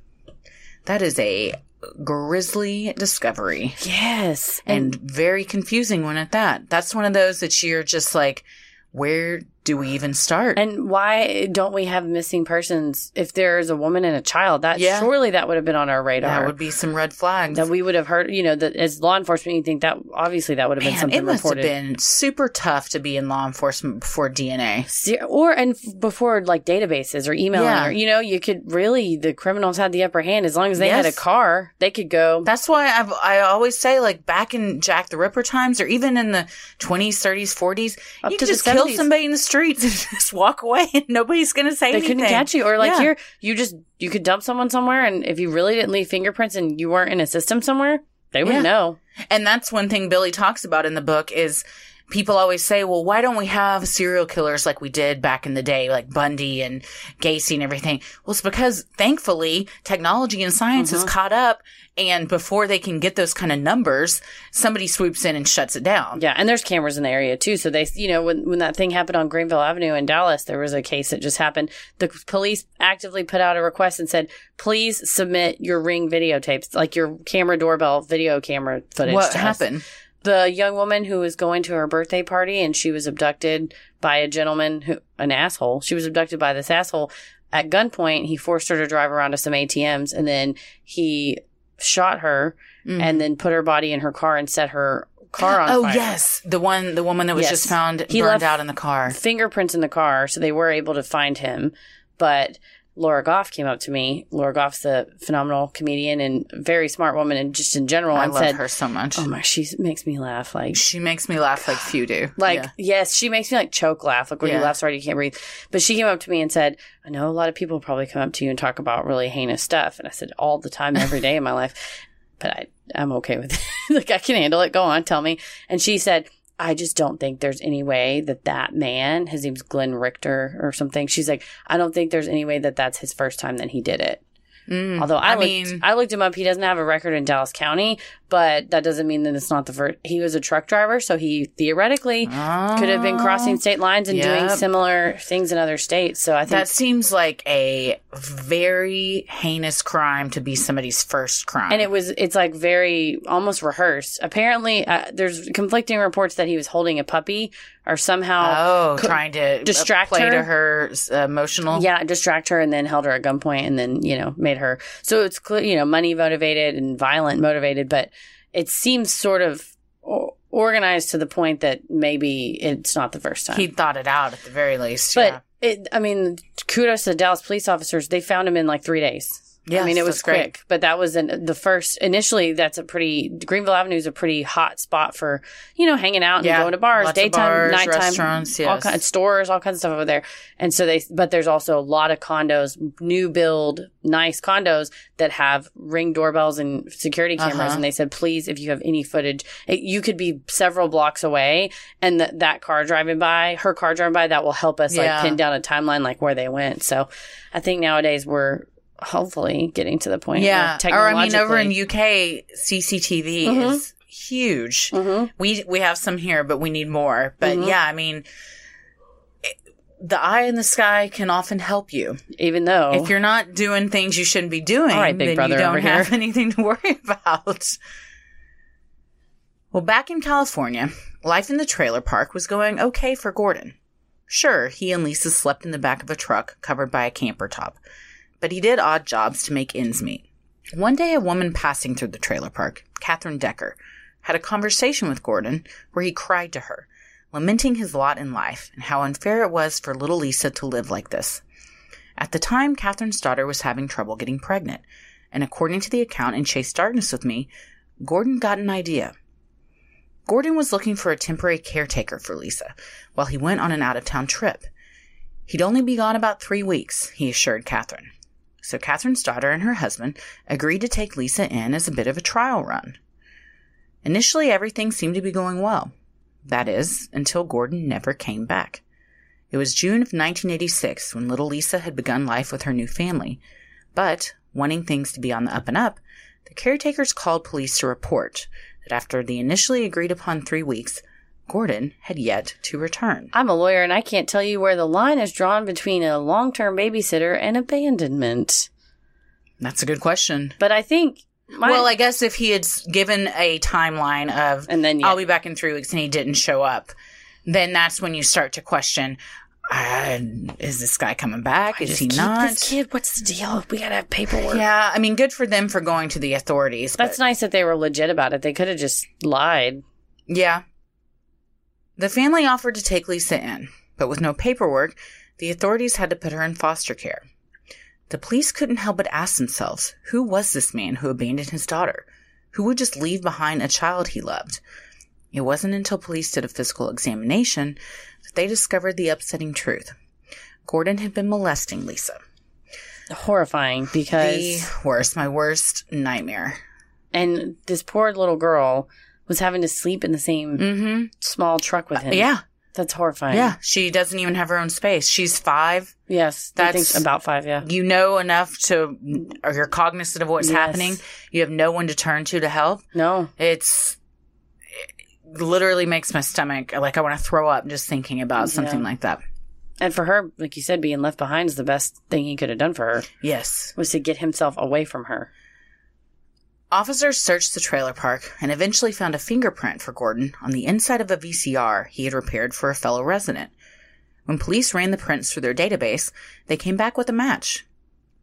Speaker 3: That is a grisly discovery
Speaker 2: Yes.
Speaker 3: and very confusing one at that. That's one of those that you're just like, where do we even start?
Speaker 2: and why don't we have missing persons if there's a woman and a child? That
Speaker 3: Yeah.
Speaker 2: surely that would have been on our radar.
Speaker 3: that would be some red flags.
Speaker 2: That we would have heard, you know, that as law enforcement, you think that obviously that would have been
Speaker 3: Man,
Speaker 2: something
Speaker 3: it must
Speaker 2: reported.
Speaker 3: have been super tough to be in law enforcement before DNA.
Speaker 2: Se- Or and f- before like databases or emailing,
Speaker 3: Yeah.
Speaker 2: or, you know, you could really the criminals had the upper hand as long as they had a
Speaker 3: Yes.
Speaker 2: car, they could go.
Speaker 3: That's why I've, I always say, like, back in Jack the Ripper times, or even in the 20s, 30s, 40s,
Speaker 2: Up
Speaker 3: you
Speaker 2: to
Speaker 3: could
Speaker 2: the
Speaker 3: just kill
Speaker 2: 70s.
Speaker 3: somebody in the streets and just walk away and nobody's going to say
Speaker 2: they
Speaker 3: anything.
Speaker 2: couldn't catch you or like
Speaker 3: Yeah.
Speaker 2: here you just you could dump someone somewhere and if you really didn't leave fingerprints and you weren't in a system somewhere they would
Speaker 3: Yeah.
Speaker 2: know
Speaker 3: And that's one thing Billy talks about in the book is people always say, well, why don't we have serial killers like we did back in the day, like Bundy and Gacy and everything? Well, it's because thankfully technology and science
Speaker 2: Mm-hmm.
Speaker 3: has caught up. And before they can get those kind of numbers, somebody swoops in and shuts it down.
Speaker 2: yeah and there's cameras in the area too so they you know when, when that thing happened on greenville avenue in dallas there was a case that just happened the police actively put out a request and said please submit your ring videotapes like your camera doorbell video camera footage
Speaker 3: What
Speaker 2: to us."
Speaker 3: happened?
Speaker 2: the young woman who was going to her birthday party and she was abducted by a gentleman who an asshole. She was abducted by this asshole at gunpoint. He forced her to drive around to some ATMs and then he shot her
Speaker 3: Mm.
Speaker 2: and then put her body in her car and set her car on
Speaker 3: Mm-hmm. oh
Speaker 2: fire.
Speaker 3: yes, the one the woman that was
Speaker 2: Yes.
Speaker 3: just found
Speaker 2: He
Speaker 3: burned
Speaker 2: left-
Speaker 3: out in the car.
Speaker 2: fingerprints in the car, so they were able to find him. But Laura Goff came up to me. Laura Goff's a phenomenal comedian and very smart woman, and just in general,
Speaker 3: I
Speaker 2: and
Speaker 3: love
Speaker 2: said,
Speaker 3: her so much.
Speaker 2: "Oh my, she makes me laugh like."
Speaker 3: She makes me laugh like few do.
Speaker 2: Like
Speaker 3: Yeah.
Speaker 2: yes, she makes me like choke laugh, like when
Speaker 3: Yeah.
Speaker 2: you laugh so hard you can't breathe. But she came up to me and said, "I know a lot of people probably come up to you and talk about really heinous stuff." And I said, "All the time, every day in my life, but I I'm okay with it. like I can handle it. Go on, tell me." And she said, "I just don't think there's any way that that man, his name's Glenn Richter or something." She's like, "I don't think there's any way that that's his first time that he did it."
Speaker 3: Mm.
Speaker 2: Although I,
Speaker 3: I
Speaker 2: looked,
Speaker 3: mean-
Speaker 2: I looked him up. He doesn't have a record in Dallas County, but that doesn't mean that it's not the first. He was a truck driver, so he theoretically could have been crossing state lines and doing
Speaker 3: Yep.
Speaker 2: similar things in other states. So I think
Speaker 3: That seems like a very heinous crime to be somebody's first crime.
Speaker 2: and it was it's like very almost rehearsed. Apparently, uh, there's conflicting reports that he was holding a puppy or somehow.
Speaker 3: oh,
Speaker 2: co-
Speaker 3: trying to
Speaker 2: distract
Speaker 3: play
Speaker 2: her?
Speaker 3: to her s- emotional.
Speaker 2: Yeah, distract her and then held her at gunpoint and then, you know, made her. So it's, cle- you know, money motivated and violent motivated, but it seems sort of o- organized to the point that maybe it's not the first time.
Speaker 3: he thought it out at the very least. yeah.
Speaker 2: but it, I mean, kudos to the Dallas police officers. They found him in like three days.
Speaker 3: Yes,
Speaker 2: I mean, it was
Speaker 3: that's great.
Speaker 2: quick, but that was an, the first. Initially, that's a pretty Greenville Avenue is a pretty hot spot for you know hanging out and
Speaker 3: Yeah,
Speaker 2: going to bars,
Speaker 3: lots of
Speaker 2: daytime,
Speaker 3: bars,
Speaker 2: nighttime,
Speaker 3: restaurants,
Speaker 2: all
Speaker 3: yes.
Speaker 2: kinds, stores, all kinds of stuff over there. And so they, but there's also a lot of condos, new build, nice condos that have ring doorbells and security cameras.
Speaker 3: Uh-huh.
Speaker 2: And they said, please, if you have any footage, it, you could be several blocks away, and th- that car driving by, her car driving by, that will help us
Speaker 3: Yeah.
Speaker 2: like pin down a timeline like where they went. So I think nowadays we're hopefully getting to the point.
Speaker 3: yeah,
Speaker 2: where
Speaker 3: or I mean, over in
Speaker 2: technologically-
Speaker 3: UK, CCTV
Speaker 2: Mhm.
Speaker 3: is huge.
Speaker 2: Mhm.
Speaker 3: Mm-hmm. We we have some here, but we need more. But
Speaker 2: Mhm.
Speaker 3: yeah, I mean, it- the eye in the sky can often help you.
Speaker 2: even though
Speaker 3: If you're not doing things you shouldn't be doing,
Speaker 2: All right, Big
Speaker 3: then
Speaker 2: Brother
Speaker 3: you don't
Speaker 2: over here.
Speaker 3: have anything to worry about. Well, back in California, life in the trailer park was going okay for Gordon. Sure, he and Lisa slept in the back of a truck covered by a camper top, but he did odd jobs to make ends meet. One day, a woman passing through the trailer park, Catherine Decker, had a conversation with Gordon where he cried to her, lamenting his lot in life and how unfair it was for little Lisa to live like this. At the time, Catherine's daughter was having trouble getting pregnant, and according to the account in Chase Darkness with Me, Gordon got an idea. Gordon was looking for a temporary caretaker for Lisa while he went on an out of town trip. He'd only be gone about three weeks, he assured Catherine. So Catherine's daughter and her husband agreed to take Lisa in as a bit of a trial run. Initially, everything seemed to be going well. That is, until Gordon never came back. It was June of 1986 when little Lisa had begun life with her new family. But, wanting things to be on the up and up, the caretakers called police to report that after the initially agreed upon three weeks, Gordon had yet to return.
Speaker 2: I'm a lawyer and I can't tell you where the line is drawn between a long term babysitter and abandonment.
Speaker 3: That's a good question.
Speaker 2: But I think my,
Speaker 3: well, I guess if he had s- given a timeline of,
Speaker 2: and then yeah,
Speaker 3: I'll be back in three weeks, and he didn't show up, then that's when you start to question, uh, is this guy coming back? Is
Speaker 2: just
Speaker 3: he
Speaker 2: keep
Speaker 3: not?
Speaker 2: this kid. What's the deal? We gotta have paperwork.
Speaker 3: Yeah, I mean, good for them for going to the authorities. but-
Speaker 2: That's nice that they were legit about it. They could have just lied.
Speaker 3: Yeah. The family offered to take Lisa in, but with no paperwork, the authorities had to put her in foster care. The police couldn't help but ask themselves who was this man who abandoned his daughter? Who would just leave behind a child he loved? It wasn't until police did a physical examination that they discovered the upsetting truth. Gordon had been molesting Lisa.
Speaker 2: Horrifying because
Speaker 3: The worst, my worst nightmare.
Speaker 2: and this poor little girl was having to sleep in the same
Speaker 3: Mm-hmm.
Speaker 2: small truck with him.
Speaker 3: Yeah,
Speaker 2: that's horrifying.
Speaker 3: yeah. She doesn't even have her own space. She's five.
Speaker 2: yes, I think
Speaker 3: That's-
Speaker 2: about five. Yeah,
Speaker 3: you know enough to or you're cognizant of what's
Speaker 2: Yes.
Speaker 3: happening you have no one to turn to to help
Speaker 2: no,
Speaker 3: it's it literally makes my stomach like i want to throw up just thinking about something
Speaker 2: Yeah.
Speaker 3: like that
Speaker 2: and for her, like you said, being left behind is the best thing he could have done for her
Speaker 3: yes
Speaker 2: was to get himself away from her.
Speaker 3: Officers searched the trailer park and eventually found a fingerprint for Gordon on the inside of a VCR he had repaired for a fellow resident. When police ran the prints through their database, they came back with a match.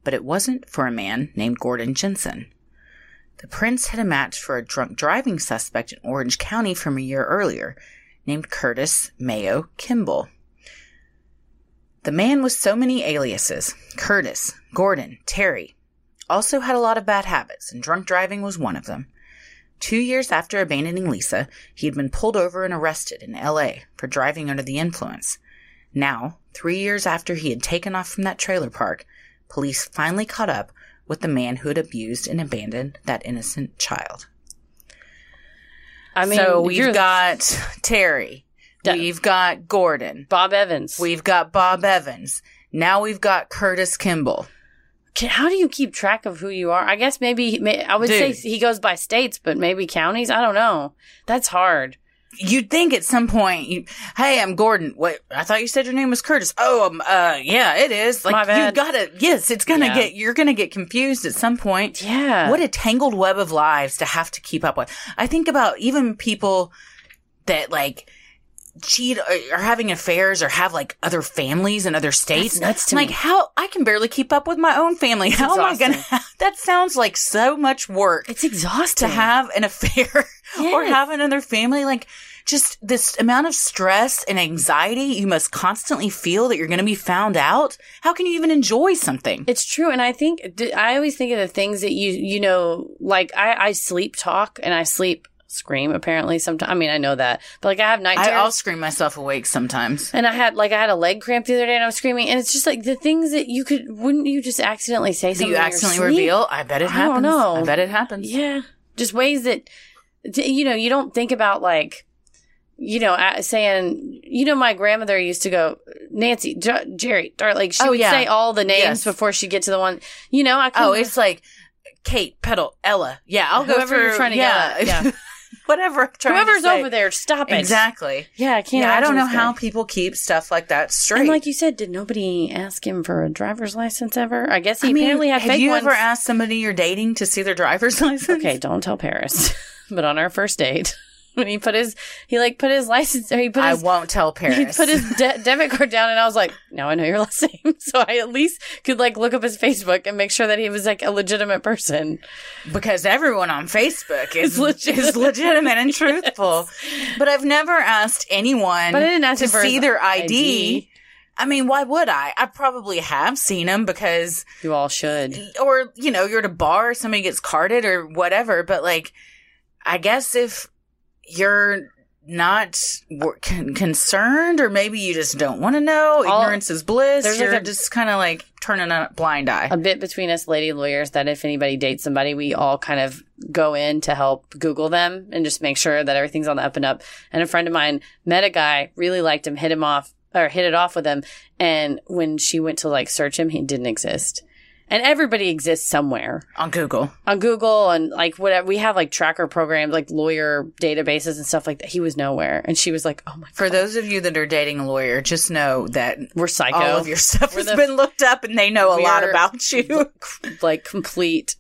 Speaker 3: But it wasn't for a man named Gordon Jensen. The prints had a match for a drunk driving suspect in Orange County from a year earlier named Curtis Mayo Kimball. The man with so many aliases Curtis, Gordon, Terry also had a lot of bad habits, and drunk driving was one of them. Two years after abandoning Lisa, he had been pulled over and arrested in LA for driving under the influence. Now, three years after he had taken off from that trailer park, police finally caught up with the man who had abused and abandoned that innocent child.
Speaker 2: I mean,
Speaker 3: so we've
Speaker 2: you're-
Speaker 3: got Terry,
Speaker 2: Yeah.
Speaker 3: we've got Gordon,
Speaker 2: Bob Evans.
Speaker 3: we've got Bob Evans, now we've got Curtis Kimball.
Speaker 2: Can- How do you keep track of who you are? I guess maybe may, I would say
Speaker 3: Dude.
Speaker 2: he goes by states, but maybe counties. I don't know. That's hard.
Speaker 3: you'd think at some point, you, hey, I'm Gordon. What? I thought you said your name was Curtis. Oh, um, uh, yeah, it is. Like
Speaker 2: My bad.
Speaker 3: you gotta, yes, it's gonna
Speaker 2: Yeah.
Speaker 3: get, you're gonna get confused at some point.
Speaker 2: Yeah.
Speaker 3: What a tangled web of lives to have to keep up with. I think about even people that like cheat or are having affairs or have like other families in other states.
Speaker 2: nuts to
Speaker 3: I'm like
Speaker 2: me.
Speaker 3: how I can barely keep up with my own family. How am I
Speaker 2: exhausting.
Speaker 3: gonna? That sounds like so much work
Speaker 2: It's exhausting.
Speaker 3: to have an affair or
Speaker 2: Yes.
Speaker 3: have another family like just this amount of stress and anxiety you must constantly feel that you're going to be found out how can you even enjoy something
Speaker 2: It's true, and I think d- I always think of the things that you you know, like I, I sleep talk and I sleep scream. Apparently, sometimes I mean I know that, but like I have night
Speaker 3: I,
Speaker 2: terrors,
Speaker 3: i'll scream myself awake sometimes
Speaker 2: and I had like I had a leg cramp the other day, and I was screaming, and it's just like the things that you could wouldn't you just accidentally say
Speaker 3: do
Speaker 2: something?
Speaker 3: you
Speaker 2: in your
Speaker 3: accidentally
Speaker 2: sleep?
Speaker 3: reveal i bet it
Speaker 2: I don't
Speaker 3: happens
Speaker 2: know.
Speaker 3: i bet it happens
Speaker 2: Yeah, just ways that d- you know you don't think about like you know a- saying you know my grandmother used to go Nancy J- Jerry Dar-" like she
Speaker 3: Oh,
Speaker 2: would
Speaker 3: yeah.
Speaker 2: say all the names
Speaker 3: Yes.
Speaker 2: before she would get to the one you know I couldn't-
Speaker 3: oh it's like kate pedal ella yeah i'll go
Speaker 2: Whoever
Speaker 3: through
Speaker 2: you're trying to get
Speaker 3: yeah
Speaker 2: at, yeah.
Speaker 3: whatever I'm trying to
Speaker 2: whoever's
Speaker 3: say.
Speaker 2: over there stop it
Speaker 3: exactly
Speaker 2: Yeah, I can't.
Speaker 3: yeah i
Speaker 2: imagine
Speaker 3: don't know
Speaker 2: this
Speaker 3: how
Speaker 2: guy.
Speaker 3: people keep stuff like that straight
Speaker 2: And like you said, did nobody ask him for a driver's license ever? I guess he
Speaker 3: I mean,
Speaker 2: apparently had
Speaker 3: have
Speaker 2: fake
Speaker 3: you
Speaker 2: ones.
Speaker 3: ever asked somebody you're dating to see their driver's license?
Speaker 2: okay, don't tell Paris. but on our first date, when he put his, he like put his license, or he put
Speaker 3: I
Speaker 2: his.
Speaker 3: won't tell
Speaker 2: He
Speaker 3: Paris.
Speaker 2: put his de- debit card down, and I was like, "Now I know your last name." So I at least could like look up his Facebook and make sure that he was like a legitimate person.
Speaker 3: because everyone on Facebook is
Speaker 2: It's legit-
Speaker 3: is legitimate and truthful. But I've never asked anyone
Speaker 2: But I didn't ask
Speaker 3: to
Speaker 2: him for his
Speaker 3: see their ID.
Speaker 2: ID.
Speaker 3: I mean, why would I? I probably have seen them because,
Speaker 2: You all should.
Speaker 3: or you know, you're at a bar, somebody gets carded or whatever. But like, I guess if you're not wor- con- concerned, or maybe you just don't want to know,
Speaker 2: All-
Speaker 3: ignorance is bliss.
Speaker 2: there's like
Speaker 3: You're
Speaker 2: a-
Speaker 3: just kind of like turning a blind eye.
Speaker 2: a bit between us lady lawyers that if anybody dates somebody, we all kind of go in to help Google them and just make sure that everything's on the up and up. And a friend of mine met a guy, really liked him, hit him off or hit it off with him. And when she went to like search him, he didn't exist. And everybody exists somewhere
Speaker 3: on Google.
Speaker 2: on Google and like whatever. We have like tracker programs, like lawyer databases and stuff like that. He was nowhere. And she was like, Oh my God,
Speaker 3: For those of you that are dating a lawyer, just know that
Speaker 2: we're psycho.
Speaker 3: all of your stuff
Speaker 2: We're
Speaker 3: has
Speaker 2: the-
Speaker 3: been looked up and they know a lot
Speaker 2: we're-
Speaker 3: about you.
Speaker 2: like complete,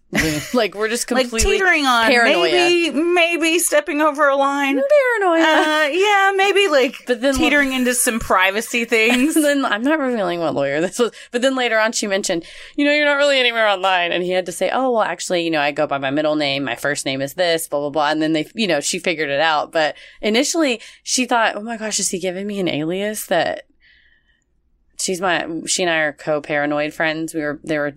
Speaker 2: like we're just
Speaker 3: Like
Speaker 2: completely
Speaker 3: teetering on
Speaker 2: paranoia.
Speaker 3: maybe maybe stepping over a line.
Speaker 2: paranoia.
Speaker 3: Uh, yeah, maybe like
Speaker 2: But then-
Speaker 3: teetering into some privacy things.
Speaker 2: And then I'm not revealing what lawyer this was, but then later on she mentioned, you know, you're not really anywhere online, and he had to say, oh well, actually, you know, I go by my middle name, my first name is this, blah blah blah, and then they, you know, she figured it out, but initially she thought, oh my gosh, is he giving me an alias that she's my she and I are co paranoid friends. We were they were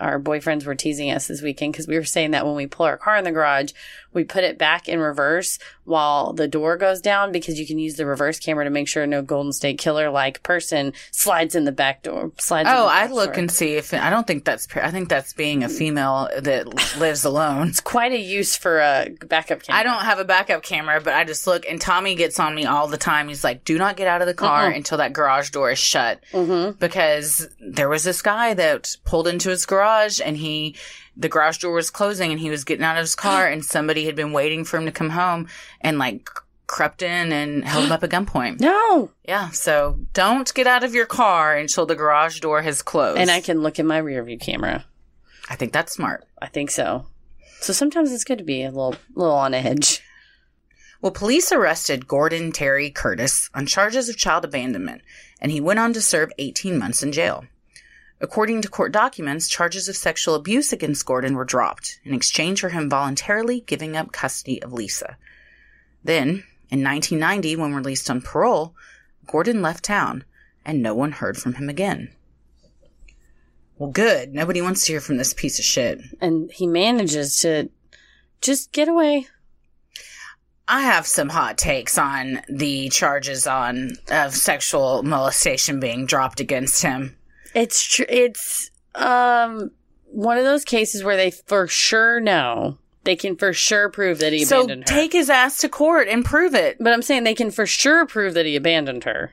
Speaker 2: our boyfriends were teasing us this weekend because we were saying that when we pull our car in the garage, we put it back in reverse while the door goes down because you can use the reverse camera to make sure no Golden State Killer like person slides in the back door. Slides. in the
Speaker 3: Oh, I
Speaker 2: back
Speaker 3: look
Speaker 2: door.
Speaker 3: and see if I don't think that's par- I think that's being a female that lives alone.
Speaker 2: It's quite a use for a backup camera.
Speaker 3: I don't have a backup camera, but I just look and Tommy gets on me all the time. He's like, "Do not get out of the car
Speaker 2: Mm-mm.
Speaker 3: until that garage door is shut."
Speaker 2: Mm-hmm.
Speaker 3: because there was this guy that pulled into his garage and he the garage door was closing and he was getting out of his car and somebody had been waiting for him to come home and like c- crept in and held him up at gunpoint.
Speaker 2: No,
Speaker 3: Yeah, so don't get out of your car until the garage door has closed.
Speaker 2: and I can look in my rearview camera.
Speaker 3: I think that's smart.
Speaker 2: I think so. So sometimes it's good to be a little, little on edge.
Speaker 3: Well, police arrested Gordon Terry Curtis on charges of child abandonment, and he went on to serve 18 months in jail. According to court documents, charges of sexual abuse against Gordon were dropped in exchange for him voluntarily giving up custody of Lisa. Then, in 1990, when released on parole, Gordon left town, and no one heard from him again. Well, good. Nobody wants to hear from this piece of shit.
Speaker 2: And he manages to just get away.
Speaker 3: I have some hot takes on the charges on of sexual molestation being dropped against him.
Speaker 2: It's tr- it's um one of those cases where they for sure know they can for sure prove that he
Speaker 3: so
Speaker 2: abandoned her.
Speaker 3: take his ass to court and prove it,
Speaker 2: but I'm saying they can for sure prove that he abandoned her.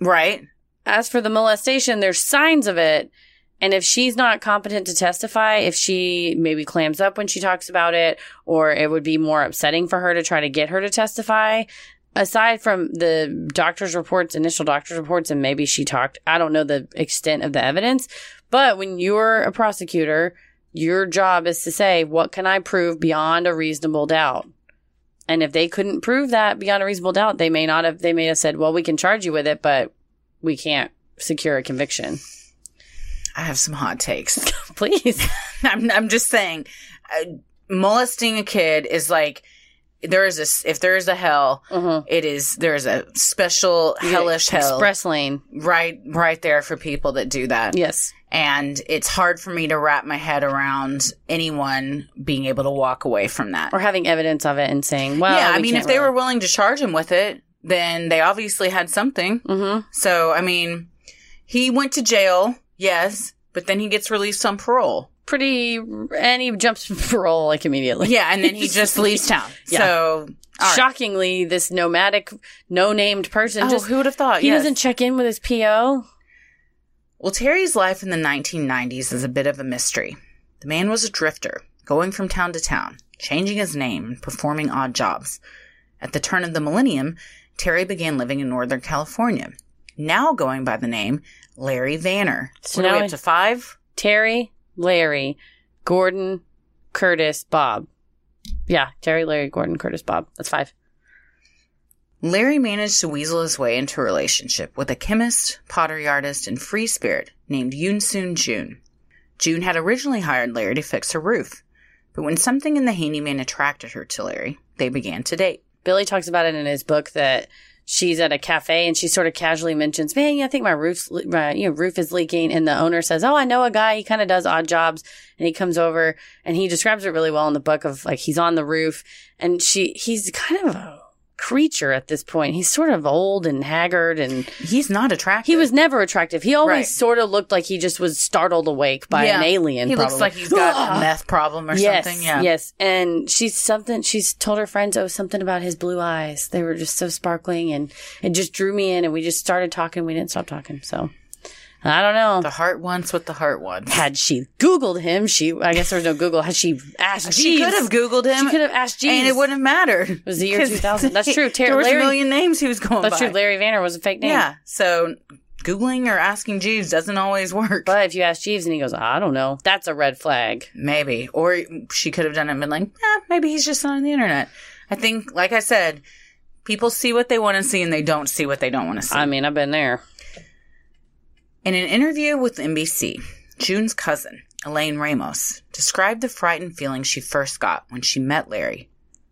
Speaker 3: right?
Speaker 2: As for the molestation, there's signs of it. And if she's not competent to testify, if she maybe clams up when she talks about it, or it would be more upsetting for her to try to get her to testify, aside from the doctor's reports, initial doctor's reports, and maybe she talked, I don't know the extent of the evidence, but when you're a prosecutor, your job is to say, what can I prove beyond a reasonable doubt? And if they couldn't prove that beyond a reasonable doubt, they may not have, they may have said, well, we can charge you with it, but we can't secure a conviction.
Speaker 3: I have some hot takes.
Speaker 2: Please.
Speaker 3: I'm I'm just saying, uh, molesting a kid is like there is a s- if there is a hell,
Speaker 2: Mhm.
Speaker 3: it is there is a special
Speaker 2: You get
Speaker 3: hellish hell
Speaker 2: Express lane.
Speaker 3: right right there for people that do that.
Speaker 2: Yes.
Speaker 3: and it's hard for me to wrap my head around anyone being able to walk away from that.
Speaker 2: Or having evidence of it and saying, well,
Speaker 3: yeah, I
Speaker 2: we
Speaker 3: mean,
Speaker 2: can't
Speaker 3: if they
Speaker 2: really-
Speaker 3: were willing to charge him with it, then they obviously had something.
Speaker 2: Mhm.
Speaker 3: So, I mean, he went to jail, yes, but then he gets released on parole.
Speaker 2: pretty, and he jumps from parole like immediately.
Speaker 3: Yeah, and then he just leaves town.
Speaker 2: Yeah.
Speaker 3: So, all right.
Speaker 2: Shockingly, this nomadic, no named person
Speaker 3: Oh,
Speaker 2: just,
Speaker 3: who would have thought?
Speaker 2: he
Speaker 3: Yes.
Speaker 2: doesn't check in with his PO.
Speaker 3: Well, Terry's life in the 1990s is a bit of a mystery. The man was a drifter, going from town to town, changing his name and performing odd jobs. At the turn of the millennium, Terry began living in Northern California, now going by the name Larry Vanner.
Speaker 2: So
Speaker 3: So what are
Speaker 2: now
Speaker 3: we
Speaker 2: I-
Speaker 3: up to five?
Speaker 2: Terry, Larry, Gordon, Curtis, Bob. Yeah, Terry, Larry, Gordon, Curtis, Bob. That's five.
Speaker 3: Larry managed to weasel his way into a relationship with a chemist, pottery artist, and free spirit named Yoonsoon June. June had originally hired Larry to fix her roof, but when something in the handyman attracted her to Larry, they began to date.
Speaker 2: Billy talks about it in his book that she's at a cafe and she sort of casually mentions, "Man, yeah, I think my roof's le- my you know roof is leaking." And the owner says, "Oh, I know a guy. He kind of does odd jobs." And he comes over and he describes it really well in the book of like he's on the roof and she he's kind of a creature at this point. He's sort of old and haggard and
Speaker 3: He's not attractive.
Speaker 2: he was never attractive. He always
Speaker 3: Right.
Speaker 2: sort of looked like he just was startled awake by
Speaker 3: Yeah.
Speaker 2: an alien.
Speaker 3: He
Speaker 2: probably.
Speaker 3: looks like he's got
Speaker 2: Ah!
Speaker 3: a meth problem or
Speaker 2: yes,
Speaker 3: something. Yeah.
Speaker 2: Yes. And she's something, she's told her friends, oh, something about his blue eyes. They were just so sparkling and it just drew me in and we just started talking. We didn't stop talking. So I don't know.
Speaker 3: The heart wants what the heart wants.
Speaker 2: Had she Googled him, she, I guess there was no Google. Had she asked
Speaker 3: She
Speaker 2: Jeeves-
Speaker 3: could have Googled him.
Speaker 2: She could have asked Jeeves.
Speaker 3: and it wouldn't have mattered. It
Speaker 2: was the year 2000. That's true. Ter-
Speaker 3: there was
Speaker 2: Larry-
Speaker 3: a million names he was going
Speaker 2: That's
Speaker 3: by.
Speaker 2: true. Larry Vanner was a fake name.
Speaker 3: Yeah. So Googling or asking Jeeves doesn't always work.
Speaker 2: But if you ask Jeeves and he goes, I don't know, that's a red flag.
Speaker 3: maybe. Or she could have done it and been like, eh, maybe he's just not on the internet. I think, like I said, people see what they want to see and they don't see what they don't want to see.
Speaker 2: I mean, I've been there.
Speaker 3: In an interview with NBC, June's cousin, Elaine Ramos, described the frightened feeling she first got when she met Larry.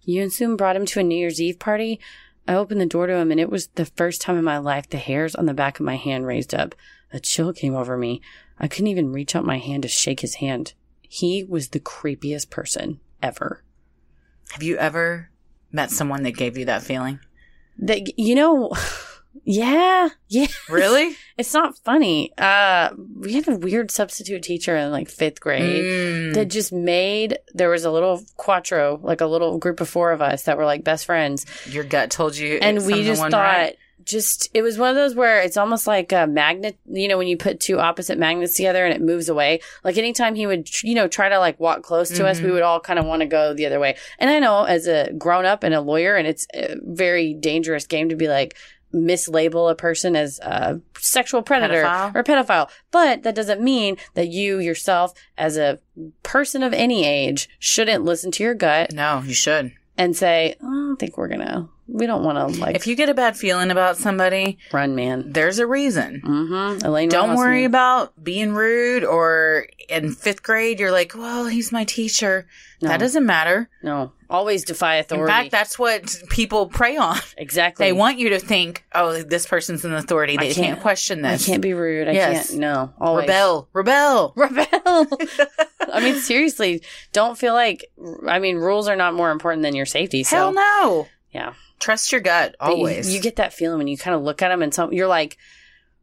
Speaker 2: Yoon Soon brought him to a New Year's Eve party. I opened the door to him, and it was the first time in my life the hairs on the back of my hand raised up. A chill came over me. I couldn't even reach out my hand to shake his hand. He was the creepiest person ever.
Speaker 3: Have you ever met someone that gave you that feeling?
Speaker 2: That you know, yeah, yeah.
Speaker 3: Really?
Speaker 2: It's not funny. Uh, we had a weird substitute teacher in like fifth grade.
Speaker 3: Mm.
Speaker 2: that just made there was a little quattro like a little group of four of us that were like best friends
Speaker 3: Your gut told you,
Speaker 2: and
Speaker 3: it's
Speaker 2: we
Speaker 3: something
Speaker 2: just
Speaker 3: one
Speaker 2: thought
Speaker 3: right?
Speaker 2: just it was one of those where it's almost like a magnet you know when you put two opposite magnets together and it moves away like anytime he would you know try to like walk close to us
Speaker 3: Mhm.
Speaker 2: we would all kind of want to go the other way and i know as a grown up and a lawyer and it's a very dangerous game to be like mislabel a person as a sexual predator
Speaker 3: Pedophile?
Speaker 2: or pedophile, but that doesn't mean that you yourself, as a person of any age, shouldn't listen to your gut
Speaker 3: No, you should.
Speaker 2: and say, "Oh, I don't think we're gonna, we don't want to like
Speaker 3: If you get a bad feeling about somebody,
Speaker 2: run, man.
Speaker 3: there's a reason.
Speaker 2: Mm-hmm. Elaine,
Speaker 3: Don't
Speaker 2: Ramos-
Speaker 3: worry about being rude or in fifth grade, you're like, well, he's my teacher.
Speaker 2: No.
Speaker 3: That doesn't matter.
Speaker 2: No, always defy authority.
Speaker 3: In fact, that's what people prey on.
Speaker 2: exactly.
Speaker 3: They want you to think, oh, this person's an authority. They can't,
Speaker 2: can't-
Speaker 3: question
Speaker 2: I
Speaker 3: this.
Speaker 2: can't be rude. I
Speaker 3: Yes.
Speaker 2: can't. No, always
Speaker 3: rebel, rebel.
Speaker 2: Rebel. I mean, seriously, don't feel like. I mean, rules are not more important than your safety. So
Speaker 3: Hell no.
Speaker 2: yeah,
Speaker 3: Trust your gut
Speaker 2: But you-
Speaker 3: always.
Speaker 2: You, get that feeling when you kind of look at them and some, you're like,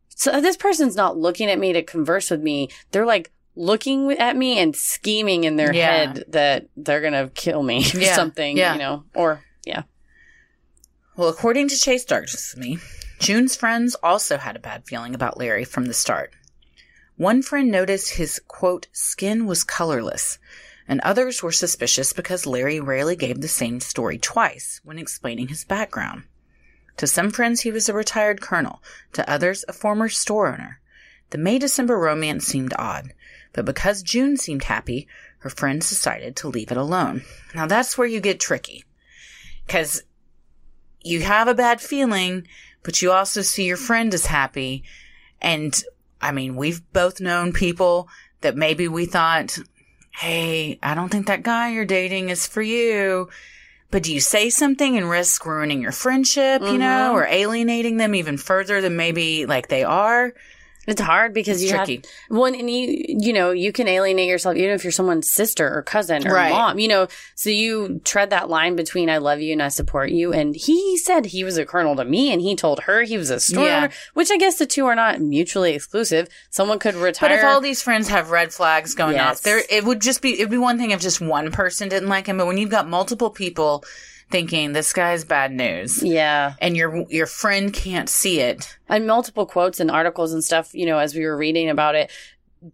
Speaker 2: so this person's not looking at me to converse with me. They're like looking at me and scheming in their
Speaker 3: Yeah.
Speaker 2: head that they're gonna kill me or
Speaker 3: Yeah.
Speaker 2: something.
Speaker 3: Yeah.
Speaker 2: You know, or yeah,
Speaker 3: Well, according to Chase Darkness to me, June's friends also had a bad feeling about Larry from the start. One friend noticed his quote skin was colorless, and others were suspicious because Larry rarely gave the same story twice when explaining his background. To some friends, he was a retired colonel, to others, a former store owner. The May December romance seemed odd, but because June seemed happy, her friends decided to leave it alone. Now that's where you get tricky. Because you have a bad feeling, but you also see your friend is happy. And I mean, we've both known people that maybe we thought, Hey, I don't think that guy you're dating is for you. But do you say something and risk ruining your friendship, you know,
Speaker 2: Mhm.
Speaker 3: or alienating them even further than maybe like they are?
Speaker 2: it's hard because
Speaker 3: It's
Speaker 2: you have
Speaker 3: tricky.
Speaker 2: One and you you know you can alienate yourself even if you're someone's sister or cousin or
Speaker 3: Right.
Speaker 2: mom you know so you tread that line between I love you and I support you and he said he was a colonel to me and he told her he was a store
Speaker 3: Yeah.
Speaker 2: owner which I guess the two are not mutually exclusive someone could retire
Speaker 3: But if all these friends have red flags going
Speaker 2: Yes.
Speaker 3: off, there it would just be it'd be one thing if just one person didn't like him, but when you've got multiple people thinking this guy's bad news
Speaker 2: yeah
Speaker 3: and your your friend can't see it,
Speaker 2: and multiple quotes and articles and stuff you know as we were reading about it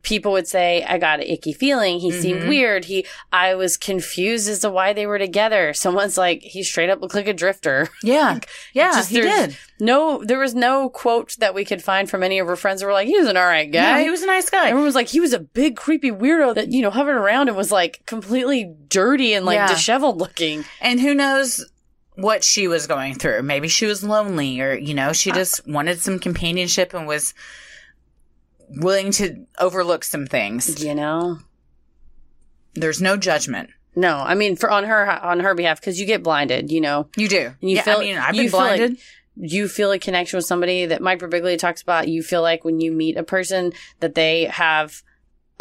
Speaker 2: people would say I got an icky feeling he seemed
Speaker 3: Mhm.
Speaker 2: weird he I was confused as to why they were together someone's like he straight up looked like a drifter
Speaker 3: yeah, yeah,
Speaker 2: just
Speaker 3: he
Speaker 2: there's-
Speaker 3: did.
Speaker 2: No, there was no quote that we could find from any of her friends that were like, he was an all right
Speaker 3: Yeah,
Speaker 2: guy.
Speaker 3: he was a nice guy.
Speaker 2: Everyone was like, he was a big, creepy weirdo that, you know, hovered around and was like completely dirty and like
Speaker 3: Yeah.
Speaker 2: disheveled looking.
Speaker 3: And who knows what she was going through? Maybe she was lonely, or you know, she just wanted some companionship and was willing to overlook some things.
Speaker 2: You know?
Speaker 3: There's no judgment.
Speaker 2: No, I mean, for on her, on her behalf, because you get blinded, you know?
Speaker 3: You do.
Speaker 2: You
Speaker 3: yeah,
Speaker 2: feel-
Speaker 3: I mean, I've
Speaker 2: you
Speaker 3: been
Speaker 2: feel like-
Speaker 3: blinded.
Speaker 2: You feel a connection with somebody that Mike Birbiglia talks about. You feel like when you meet a person that they have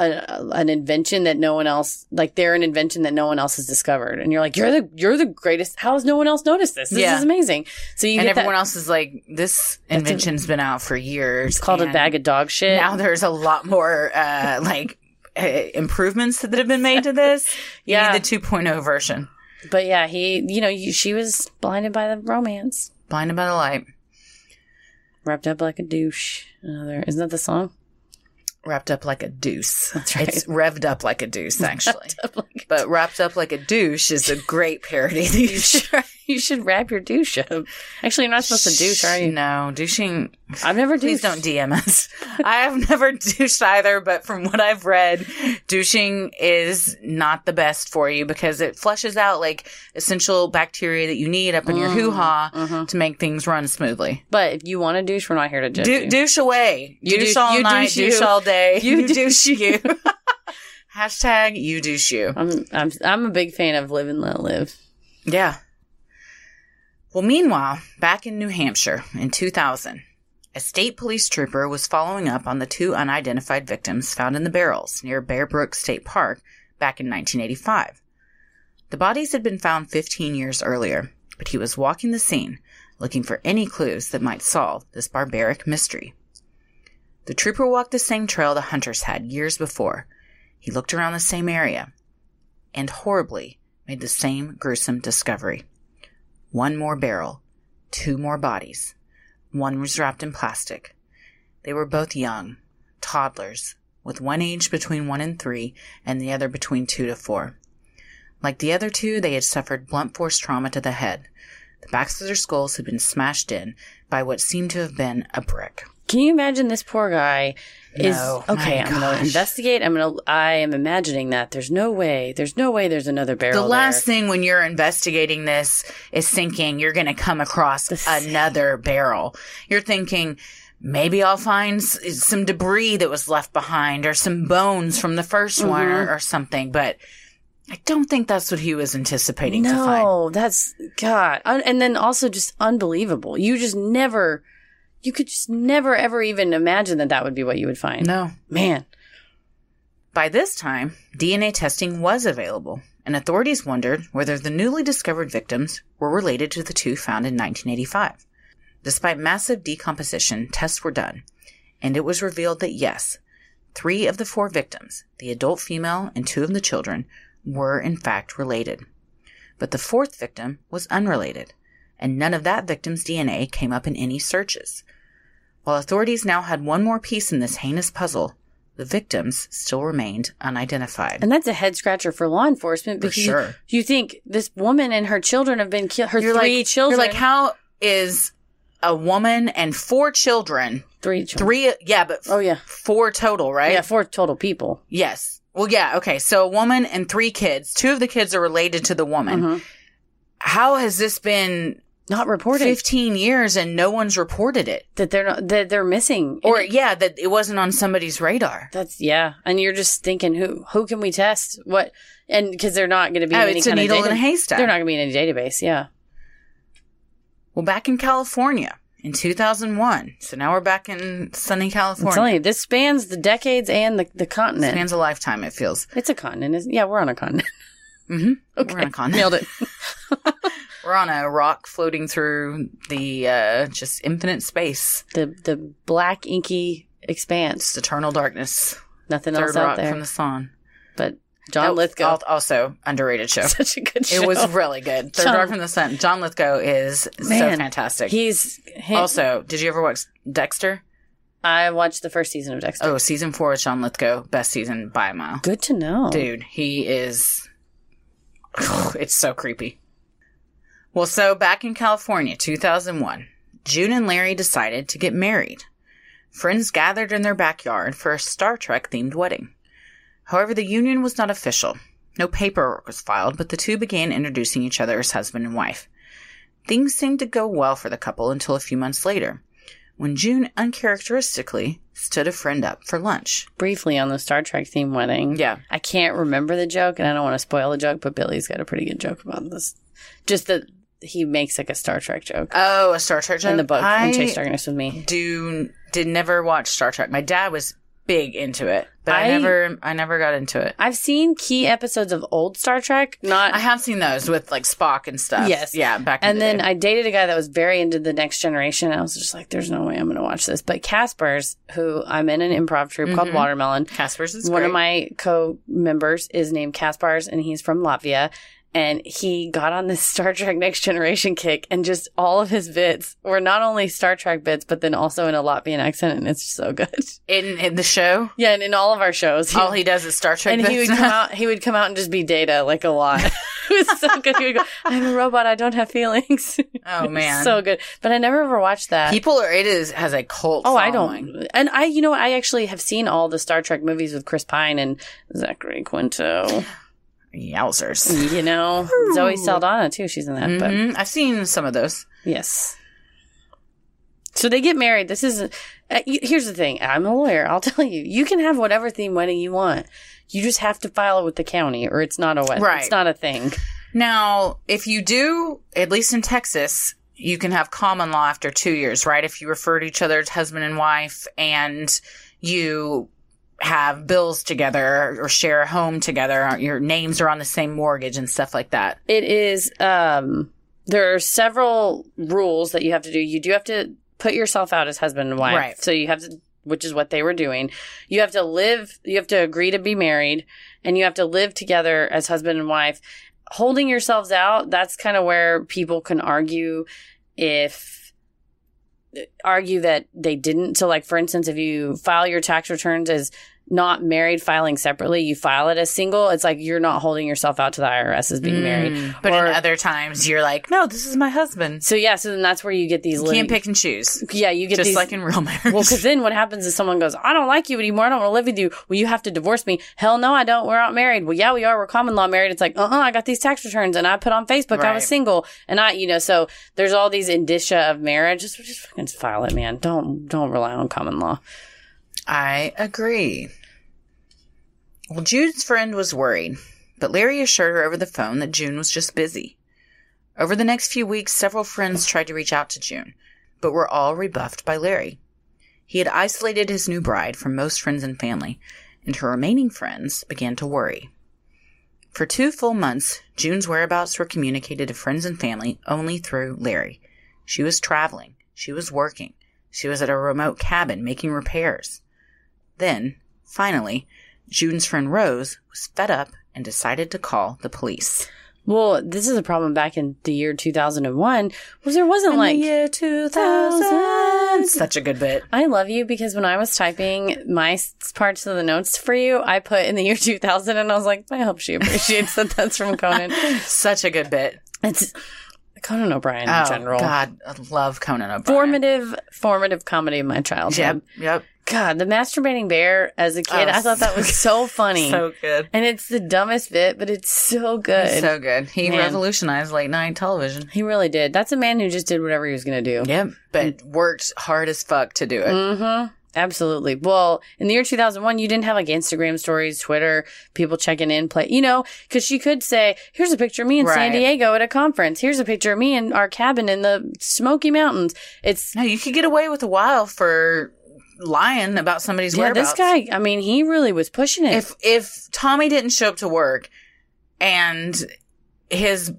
Speaker 2: a, an invention that no one else, like they're an invention that no one else has discovered. And you're like, you're the, you're the greatest. How has no one else noticed this? This
Speaker 3: Yeah.
Speaker 2: is amazing. So you
Speaker 3: and
Speaker 2: get that-
Speaker 3: everyone else is like, this
Speaker 2: a-
Speaker 3: invention's been out for years.
Speaker 2: It's called a
Speaker 3: and
Speaker 2: bag of dog shit.
Speaker 3: Now there's a lot more uh, like uh, improvements that have been made to this.
Speaker 2: Yeah.
Speaker 3: You need the 2.0 version.
Speaker 2: but yeah, he, you know, you, she was blinded by the romance,
Speaker 3: Blinded by the light,
Speaker 2: wrapped up like a douche. Another, isn't that the song?
Speaker 3: wrapped up like a deuce.
Speaker 2: That's right.
Speaker 3: It's revved up like a deuce, actually.
Speaker 2: Like,
Speaker 3: but wrapped up like a douche is a great parody. that you should-
Speaker 2: you should wrap your douche up. Actually, you're not supposed to douche, are you?
Speaker 3: No, douching.
Speaker 2: I've never douched.
Speaker 3: Please don't DM us. I have never douched either, but from what I've read, douching is not the best for you because it flushes out like essential bacteria that you need up in
Speaker 2: Mm,
Speaker 3: your hoo ha
Speaker 2: mm-hmm.
Speaker 3: to make things run smoothly.
Speaker 2: But if you want to douche, we're not here to judge
Speaker 3: Du-
Speaker 2: you.
Speaker 3: douche away.
Speaker 2: You
Speaker 3: douche
Speaker 2: douche-
Speaker 3: all
Speaker 2: you
Speaker 3: night.
Speaker 2: douche
Speaker 3: Douche,
Speaker 2: you.
Speaker 3: all day.
Speaker 2: You
Speaker 3: You, douche you. Hashtag you douche you.
Speaker 2: I'm, I'm, I'm a big fan of live and let live.
Speaker 3: Yeah. Well, meanwhile, back in New Hampshire in 2000, a state police trooper was following up on the two unidentified victims found in the barrels near Bear Brook State Park back in 1985. The bodies had been found 15 years earlier, but he was walking the scene looking for any clues that might solve this barbaric mystery. The trooper walked the same trail the hunters had years before. He looked around the same area and horribly made the same gruesome discovery. One more barrel, two more bodies. One was wrapped in plastic. They were both young, toddlers, with one aged between one and three and the other between two to four. Like the other two, they had suffered blunt force trauma to the head, The backs of their skulls had been smashed in by what seemed to have been a brick.
Speaker 2: Can you imagine this poor guy is
Speaker 3: No, my
Speaker 2: okay? I'm going
Speaker 3: gosh.
Speaker 2: to investigate. I'm going to. I am imagining that there's no way. There's no way. There's another barrel.
Speaker 3: The last
Speaker 2: there.
Speaker 3: thing when you're investigating this is thinking you're going to come across
Speaker 2: s-
Speaker 3: another barrel. You're thinking maybe I'll find s- some debris that was left behind or some bones from the 1st one or, or something, but I don't think that's what he was anticipating to find.
Speaker 2: No, that's God. Un- and then also just unbelievable. You just never. You could just never ever even imagine that that would be what you would find.
Speaker 3: No.
Speaker 2: Man,
Speaker 3: By this time, DNA testing was available, and authorities wondered whether the newly discovered victims were related to the two found in 1985. Despite massive decomposition, tests were done, and it was revealed that yes, three of the four victims, the adult female and two of the children, were in fact related. But the fourth victim was unrelated, and none of that victim's DNA came up in any searches. While authorities now had one more piece in this heinous puzzle, the victims still remained unidentified.
Speaker 2: and that's a head scratcher for law enforcement
Speaker 3: For
Speaker 2: because
Speaker 3: sure.
Speaker 2: you think this woman and her children have been killed. Her
Speaker 3: You're
Speaker 2: three
Speaker 3: like,
Speaker 2: children.
Speaker 3: You're like, how is a woman and four children,
Speaker 2: three children.
Speaker 3: three, yeah, but
Speaker 2: Oh yeah.
Speaker 3: four total, right?
Speaker 2: Yeah, four total people.
Speaker 3: Yes. Well, yeah, okay. So a woman and three kids. Two of the kids are related to the woman.
Speaker 2: Mhm.
Speaker 3: How has this been
Speaker 2: Not reported
Speaker 3: 15 years and no one's reported it?
Speaker 2: that they're not that they're missing.
Speaker 3: Or,
Speaker 2: And it-
Speaker 3: yeah, that it wasn't on somebody's radar.
Speaker 2: that's yeah, and you're just thinking who who can we test what and because they're not going to be
Speaker 3: Oh,
Speaker 2: in any
Speaker 3: it's a
Speaker 2: kind of
Speaker 3: needle in
Speaker 2: data-
Speaker 3: a haystack.
Speaker 2: They're not going to be in any database. Yeah,
Speaker 3: Well, back in California in 2001. So now we're back in sunny
Speaker 2: I'm telling
Speaker 3: California.
Speaker 2: you, this spans the decades and the the continent.
Speaker 3: Spans a lifetime, it feels.
Speaker 2: it's a continent. Isn't, yeah, we're on a continent.
Speaker 3: Mm-hmm.
Speaker 2: Okay,
Speaker 3: We're on a continent.
Speaker 2: nailed it.
Speaker 3: We're on a rock floating through the uh, just infinite space.
Speaker 2: The the black inky expanse.
Speaker 3: It's eternal darkness.
Speaker 2: Nothing
Speaker 3: Third
Speaker 2: else
Speaker 3: rock
Speaker 2: out there.
Speaker 3: from the sun.
Speaker 2: but John
Speaker 3: That-
Speaker 2: Lithgow,
Speaker 3: al- Also underrated show.
Speaker 2: such a good show.
Speaker 3: It was really good. Third
Speaker 2: John-
Speaker 3: Rock from the Sun. John Lithgow is so
Speaker 2: Man,
Speaker 3: fantastic.
Speaker 2: He's he,
Speaker 3: also, did you ever watch Dexter?
Speaker 2: I watched the first season of Dexter.
Speaker 3: Oh, season four with John Lithgow. Best season by a mile.
Speaker 2: Good to know.
Speaker 3: Dude, he is. it's so creepy. Well, so back in California, 2001, June and Larry decided to get married. Friends gathered in their backyard for a Star Trek themed wedding. However, the union was not official. No paperwork was filed, but the two began introducing each other as husband and wife. Things seemed to go well for the couple until a few months later, when June uncharacteristically stood a friend up for lunch.
Speaker 2: briefly on the Star Trek theme wedding.
Speaker 3: Yeah.
Speaker 2: I can't remember the joke and I don't want to spoil the joke, but Billy's got a pretty good joke about this. Just that he makes like a Star Trek joke
Speaker 3: Oh, a Star Trek joke?
Speaker 2: in the book
Speaker 3: I
Speaker 2: in Chase Darkness with me.
Speaker 3: do did never watch Star Trek. My dad was big into it, but I,
Speaker 2: I-
Speaker 3: never I never got into it.
Speaker 2: I've seen key episodes of old Star Trek, not
Speaker 3: I have seen those with like Spock and stuff.
Speaker 2: Yes.
Speaker 3: yeah, back in
Speaker 2: and
Speaker 3: the
Speaker 2: then
Speaker 3: day.
Speaker 2: I dated a guy that was very into the next generation. I was just like, there's no way I'm going to watch this. But Casper's, who I'm in an improv troupe called
Speaker 3: Mhm.
Speaker 2: Watermelon,
Speaker 3: Casper's is
Speaker 2: one of
Speaker 3: great.
Speaker 2: my co-members is named Kaspars and he's from Latvia and he got on this Star Trek Next Generation kick and just all of his bits were not only Star Trek bits but then also in a Latvian accent and it's so good.
Speaker 3: in in the show.
Speaker 2: Yeah, and in all of our shows. He,
Speaker 3: All he does is Star Trek.
Speaker 2: and he would
Speaker 3: bits.
Speaker 2: come out he would come out and just be data like a lot. it was so good. He would go, I'm a robot, I don't have feelings.
Speaker 3: oh man,
Speaker 2: so good. But I never ever watched that.
Speaker 3: people are it is has a cult.
Speaker 2: Oh, I
Speaker 3: following.
Speaker 2: don't. And I, you know, I actually have seen all the Star Trek movies with Chris Pine and Zachary Quinto.
Speaker 3: Yowzers.
Speaker 2: you know zoe saldana too she's in that but
Speaker 3: Mhm. I've seen some of those.
Speaker 2: yes so they get married this is uh, you- here's the thing i'm a lawyer i'll tell you you can have whatever theme wedding you want you just have to file it with the county or it's not a wedding
Speaker 3: Right.
Speaker 2: it's not a thing
Speaker 3: Now, if you do, at least in Texas, you can have common law after two years, right? If you refer to each other as husband and wife and you have bills together or share a home together, your names are on the same mortgage and stuff like that.
Speaker 2: it is um there are several rules that you have to do you do have to put yourself out as husband and wife
Speaker 3: Right.
Speaker 2: so you have to which is what they were doing you have to live you have to agree to be married and you have to live together as husband and wife holding yourselves out that's kind of where people can argue if argue that they didn't so like for instance if you file your tax returns as not married filing separately. You file it as single. It's like you're not holding yourself out to the IRS as being married.
Speaker 3: Mm, But
Speaker 2: Hmm. Or-
Speaker 3: in other times, you're like, no, this is my husband.
Speaker 2: So yeah, so then that's where you get these.
Speaker 3: You can't
Speaker 2: lit-
Speaker 3: pick and choose.
Speaker 2: Yeah, you get
Speaker 3: Just
Speaker 2: these.
Speaker 3: like in real marriage.
Speaker 2: well, because then what happens is someone goes, I don't like you anymore. I don't want to live with you. Well, you have to divorce me. Hell no, I don't. We're not married. Well, yeah, we are. We're common law married. It's like, uh uh I got these tax returns and I put on Facebook I was
Speaker 3: Right.
Speaker 2: single. And I, you know, so there's all these indicia of marriage. Just, just fucking file it, man. Don't, don't rely on common law.
Speaker 3: I agree. Well, Jude's friend was worried, but Larry assured her over the phone that June was just busy. Over the next few weeks, several friends tried to reach out to June, but were all rebuffed by Larry. He had isolated his new bride from most friends and family, and her remaining friends began to worry. For two full months, June's whereabouts were communicated to friends and family only through Larry. She was traveling, she was working, she was at a remote cabin making repairs. Then, finally, June's friend Rose was fed up and decided to call the police.
Speaker 2: Well, this is a problem back in the year 2001 was there wasn't like
Speaker 3: year
Speaker 2: 2000.
Speaker 3: Such a good bit.
Speaker 2: I love you because when I was typing my s- parts of the notes for you, I put in the year 2000 and I was like, I hope she appreciates that that's from Conan.
Speaker 3: Such a good bit.
Speaker 2: It's Conan O'Brien in
Speaker 3: oh,
Speaker 2: general.
Speaker 3: God, I love Conan O'Brien.
Speaker 2: Formative, formative comedy of my childhood.
Speaker 3: Yep, yep.
Speaker 2: God, the masturbating bear as a kid,
Speaker 3: Oh,
Speaker 2: I thought that was so funny.
Speaker 3: So good.
Speaker 2: and it's the dumbest bit, but it's so good.
Speaker 3: So good. He
Speaker 2: Man.
Speaker 3: revolutionized late night television.
Speaker 2: he really did. That's a man who just did whatever he was going to do.
Speaker 3: Yep. But worked hard as fuck to do it.
Speaker 2: Mm-hmm. Absolutely. Well, in the year 2001, you didn't have like Instagram stories, Twitter, people checking in, play, you know, because she could say, here's a picture of me in San
Speaker 3: Right.
Speaker 2: Diego at a conference. Here's a picture of me in our cabin in the Smoky Mountains. It's,
Speaker 3: No, you could get away with a while for lying about somebody's
Speaker 2: yeah,
Speaker 3: whereabouts.
Speaker 2: this guy, I mean, he really was pushing it.
Speaker 3: if if Tommy didn't show up to work and his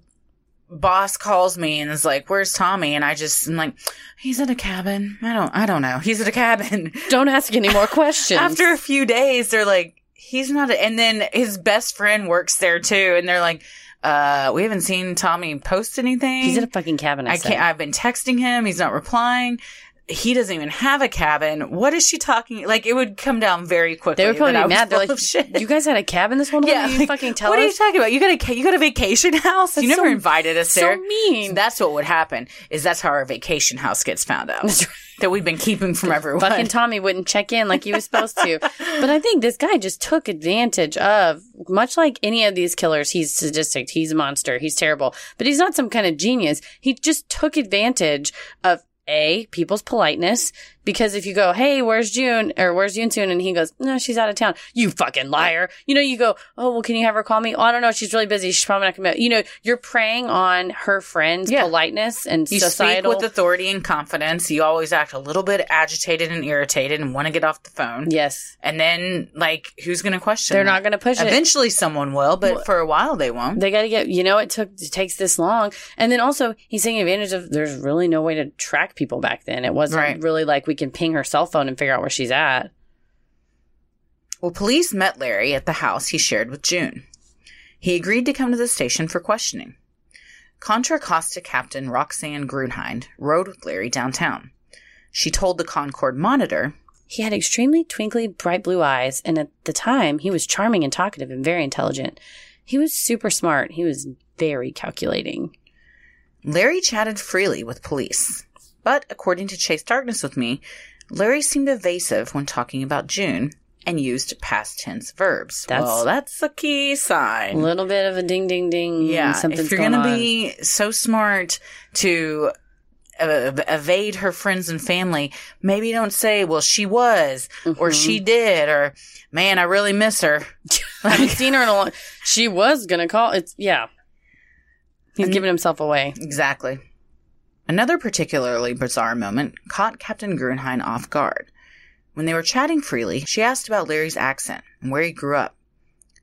Speaker 3: boss calls me and is like, "Where's Tommy?" and I just am like, "He's at a cabin." I don't I don't know. He's at a cabin.
Speaker 2: Don't ask any more questions.
Speaker 3: After a few days, they're like, "He's not." A, and then his best friend works there too, and they're like, "Uh, we haven't seen Tommy post anything.
Speaker 2: he's in a fucking cabin. I,
Speaker 3: I
Speaker 2: said.
Speaker 3: can't. I've been texting him. He's not replying." He doesn't even have a cabin. What is she talking? Like it would come down very quickly.
Speaker 2: They were probably
Speaker 3: that I was
Speaker 2: mad. They're
Speaker 3: full
Speaker 2: like,
Speaker 3: of shit.
Speaker 2: you guys had a cabin this whole time? you didn't
Speaker 3: like,
Speaker 2: fucking tell
Speaker 3: what are you
Speaker 2: us?
Speaker 3: talking about? You got a ca- you got a vacation house. you
Speaker 2: That's
Speaker 3: never
Speaker 2: so-
Speaker 3: invited us
Speaker 2: so
Speaker 3: there.
Speaker 2: mean.
Speaker 3: That's what would happen. Is that's how our vacation house gets found out
Speaker 2: That's right.
Speaker 3: that we've been keeping from everyone.
Speaker 2: Fucking Tommy wouldn't check in like he was supposed to. But I think this guy just took advantage of, much like any of these killers, he's sadistic, he's a monster, he's terrible, but he's not some kind of genius. He just took advantage of A, people's politeness, because if you go, hey, where's June or where's Yunsoon? And he goes, no, she's out of town. You fucking liar. You know, you go, oh, well, can you have her call me? Oh, I don't know. She's really busy. She's probably not going to be, you know, you're preying on her friend's
Speaker 3: Yeah.
Speaker 2: politeness and
Speaker 3: you
Speaker 2: societal.
Speaker 3: speak with authority and confidence. You always act a little bit agitated and irritated and want to get off the phone.
Speaker 2: yes.
Speaker 3: And then, like, who's going to question?
Speaker 2: They're not going to push it.
Speaker 3: Eventually, someone will, but for a while, they won't.
Speaker 2: They got to get, you know, it took, it takes this long. And then also, he's taking advantage of there's really no way to track people back then. It wasn't
Speaker 3: Right.
Speaker 2: really like we can ping her cell phone and figure out where she's at.
Speaker 3: Well, police met Larry at the house he shared with June. He agreed to come to the station for questioning. Contra Costa Captain Roxanne Grunhind rode with Larry downtown. She told the Concord Monitor,
Speaker 2: He had extremely twinkly, bright blue eyes. And at the time, he was charming and talkative and very intelligent. He was super smart. He was very calculating.
Speaker 3: Larry chatted freely with police. But according to Chase Darkness with me, Larry seemed evasive when talking about June and used past tense verbs.
Speaker 2: That's-
Speaker 3: well, that's a key
Speaker 2: A
Speaker 3: sign.
Speaker 2: little bit of a ding, ding, ding.
Speaker 3: Yeah,
Speaker 2: Something's
Speaker 3: if you're
Speaker 2: going
Speaker 3: gonna
Speaker 2: on.
Speaker 3: be so smart to uh, evade her friends and family, maybe don't say, "Well, she was," or
Speaker 2: Mm-hmm.
Speaker 3: "She did," or "Man, I really miss her."
Speaker 2: I haven't seen her in a long She was going to call. It's, yeah. He's giving himself away.
Speaker 3: Exactly. Another particularly bizarre moment caught Captain Grunheim off guard. When they were chatting freely, she asked about Larry's accent and where he grew up.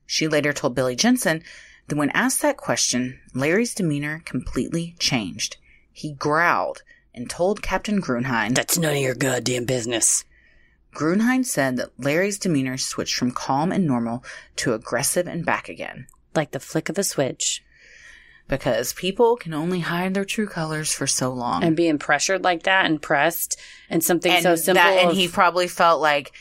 Speaker 3: She later told Billy Jensen that when asked that question, Larry's demeanor completely changed. He growled and told Captain Grunheim
Speaker 2: That's none of your goddamn business.
Speaker 3: Grunheim said that Larry's demeanor switched from calm and normal to aggressive and back again
Speaker 2: Like the flick of a switch.
Speaker 3: because people can only hide their true colors for so long.
Speaker 2: and being pressured like that and pressed and something so simple
Speaker 3: Um. and
Speaker 2: of-
Speaker 3: he probably felt like,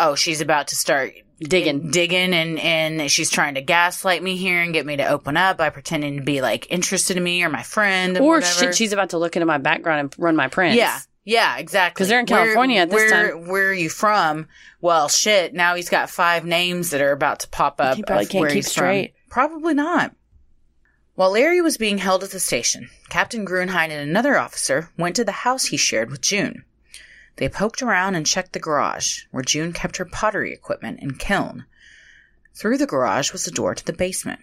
Speaker 3: oh, she's about to start
Speaker 2: Digging.
Speaker 3: digging and and she's trying to gaslight me here and get me to open up by pretending to be like interested in me or my friend
Speaker 2: Or
Speaker 3: whatever.
Speaker 2: shit, she's about to look into my background and run my prints.
Speaker 3: Yeah. Yeah, exactly.
Speaker 2: 'Cause they're in California at this
Speaker 3: where, Where are you from? Well, shit. Now he's got five names that are about to pop up.
Speaker 2: He probably
Speaker 3: of
Speaker 2: can't
Speaker 3: where
Speaker 2: keep
Speaker 3: he's from.
Speaker 2: straight.
Speaker 3: Probably not. While Larry was being held at the station, Captain Grunheim and another officer went to the house he shared with June. They poked around and checked the garage, where June kept her pottery equipment and kiln. Through the garage was the door to the basement.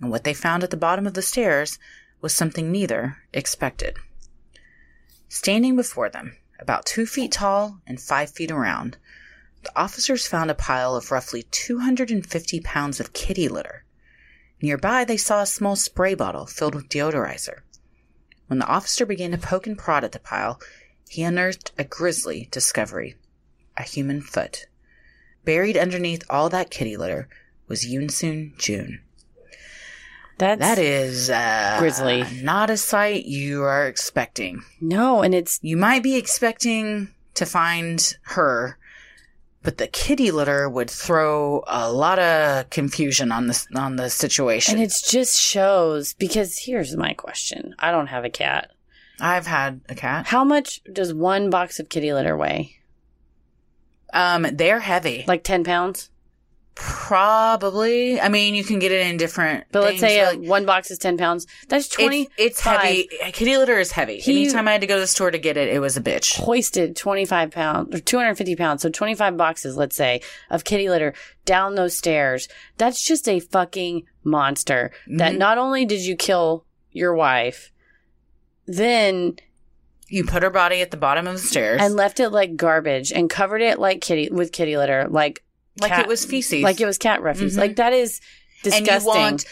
Speaker 3: And what they found at the bottom of the stairs was something neither expected. Standing before them, about two feet tall and five feet around, the officers found a pile of roughly 250 pounds of kitty litter. Nearby, they saw a small spray bottle filled with deodorizer. When the officer began to poke and prod at the pile, he unearthed a grisly discovery a human foot. Buried underneath all that kitty litter was Yoonsoon June.
Speaker 2: That's,
Speaker 3: That is uh,
Speaker 2: Grisly.
Speaker 3: Not a sight you are expecting.
Speaker 2: No, and it's
Speaker 3: You might be expecting to find her, but the kitty litter would throw a lot of confusion on this on the situation.
Speaker 2: and it just shows because here's my question. I don't have a cat.
Speaker 3: I've had a cat.
Speaker 2: How much does one box of kitty litter weigh?
Speaker 3: Um, they're heavy.
Speaker 2: Like ten pounds?
Speaker 3: Probably. I mean, you can get it in different.
Speaker 2: But let's
Speaker 3: things,
Speaker 2: say uh
Speaker 3: like,
Speaker 2: one box is ten pounds. That's twenty.
Speaker 3: it's, it's heavy. Kitty litter is heavy.
Speaker 2: He-
Speaker 3: Anytime I had to go to the store to get it, it was a bitch.
Speaker 2: hoisted 25 pounds or 250 pounds, so 25 boxes, let's say, of kitty litter down those stairs. That's just a fucking monster. That
Speaker 3: Mhm.
Speaker 2: not only did you kill your wife, then
Speaker 3: You put her body at the bottom of the stairs,
Speaker 2: and left it like garbage and covered it like kitty with kitty litter, like
Speaker 3: like
Speaker 2: cat-
Speaker 3: it was feces,
Speaker 2: like it was cat refuse.
Speaker 3: Mhm.
Speaker 2: Like that is
Speaker 3: and you
Speaker 2: disgusting.
Speaker 3: walked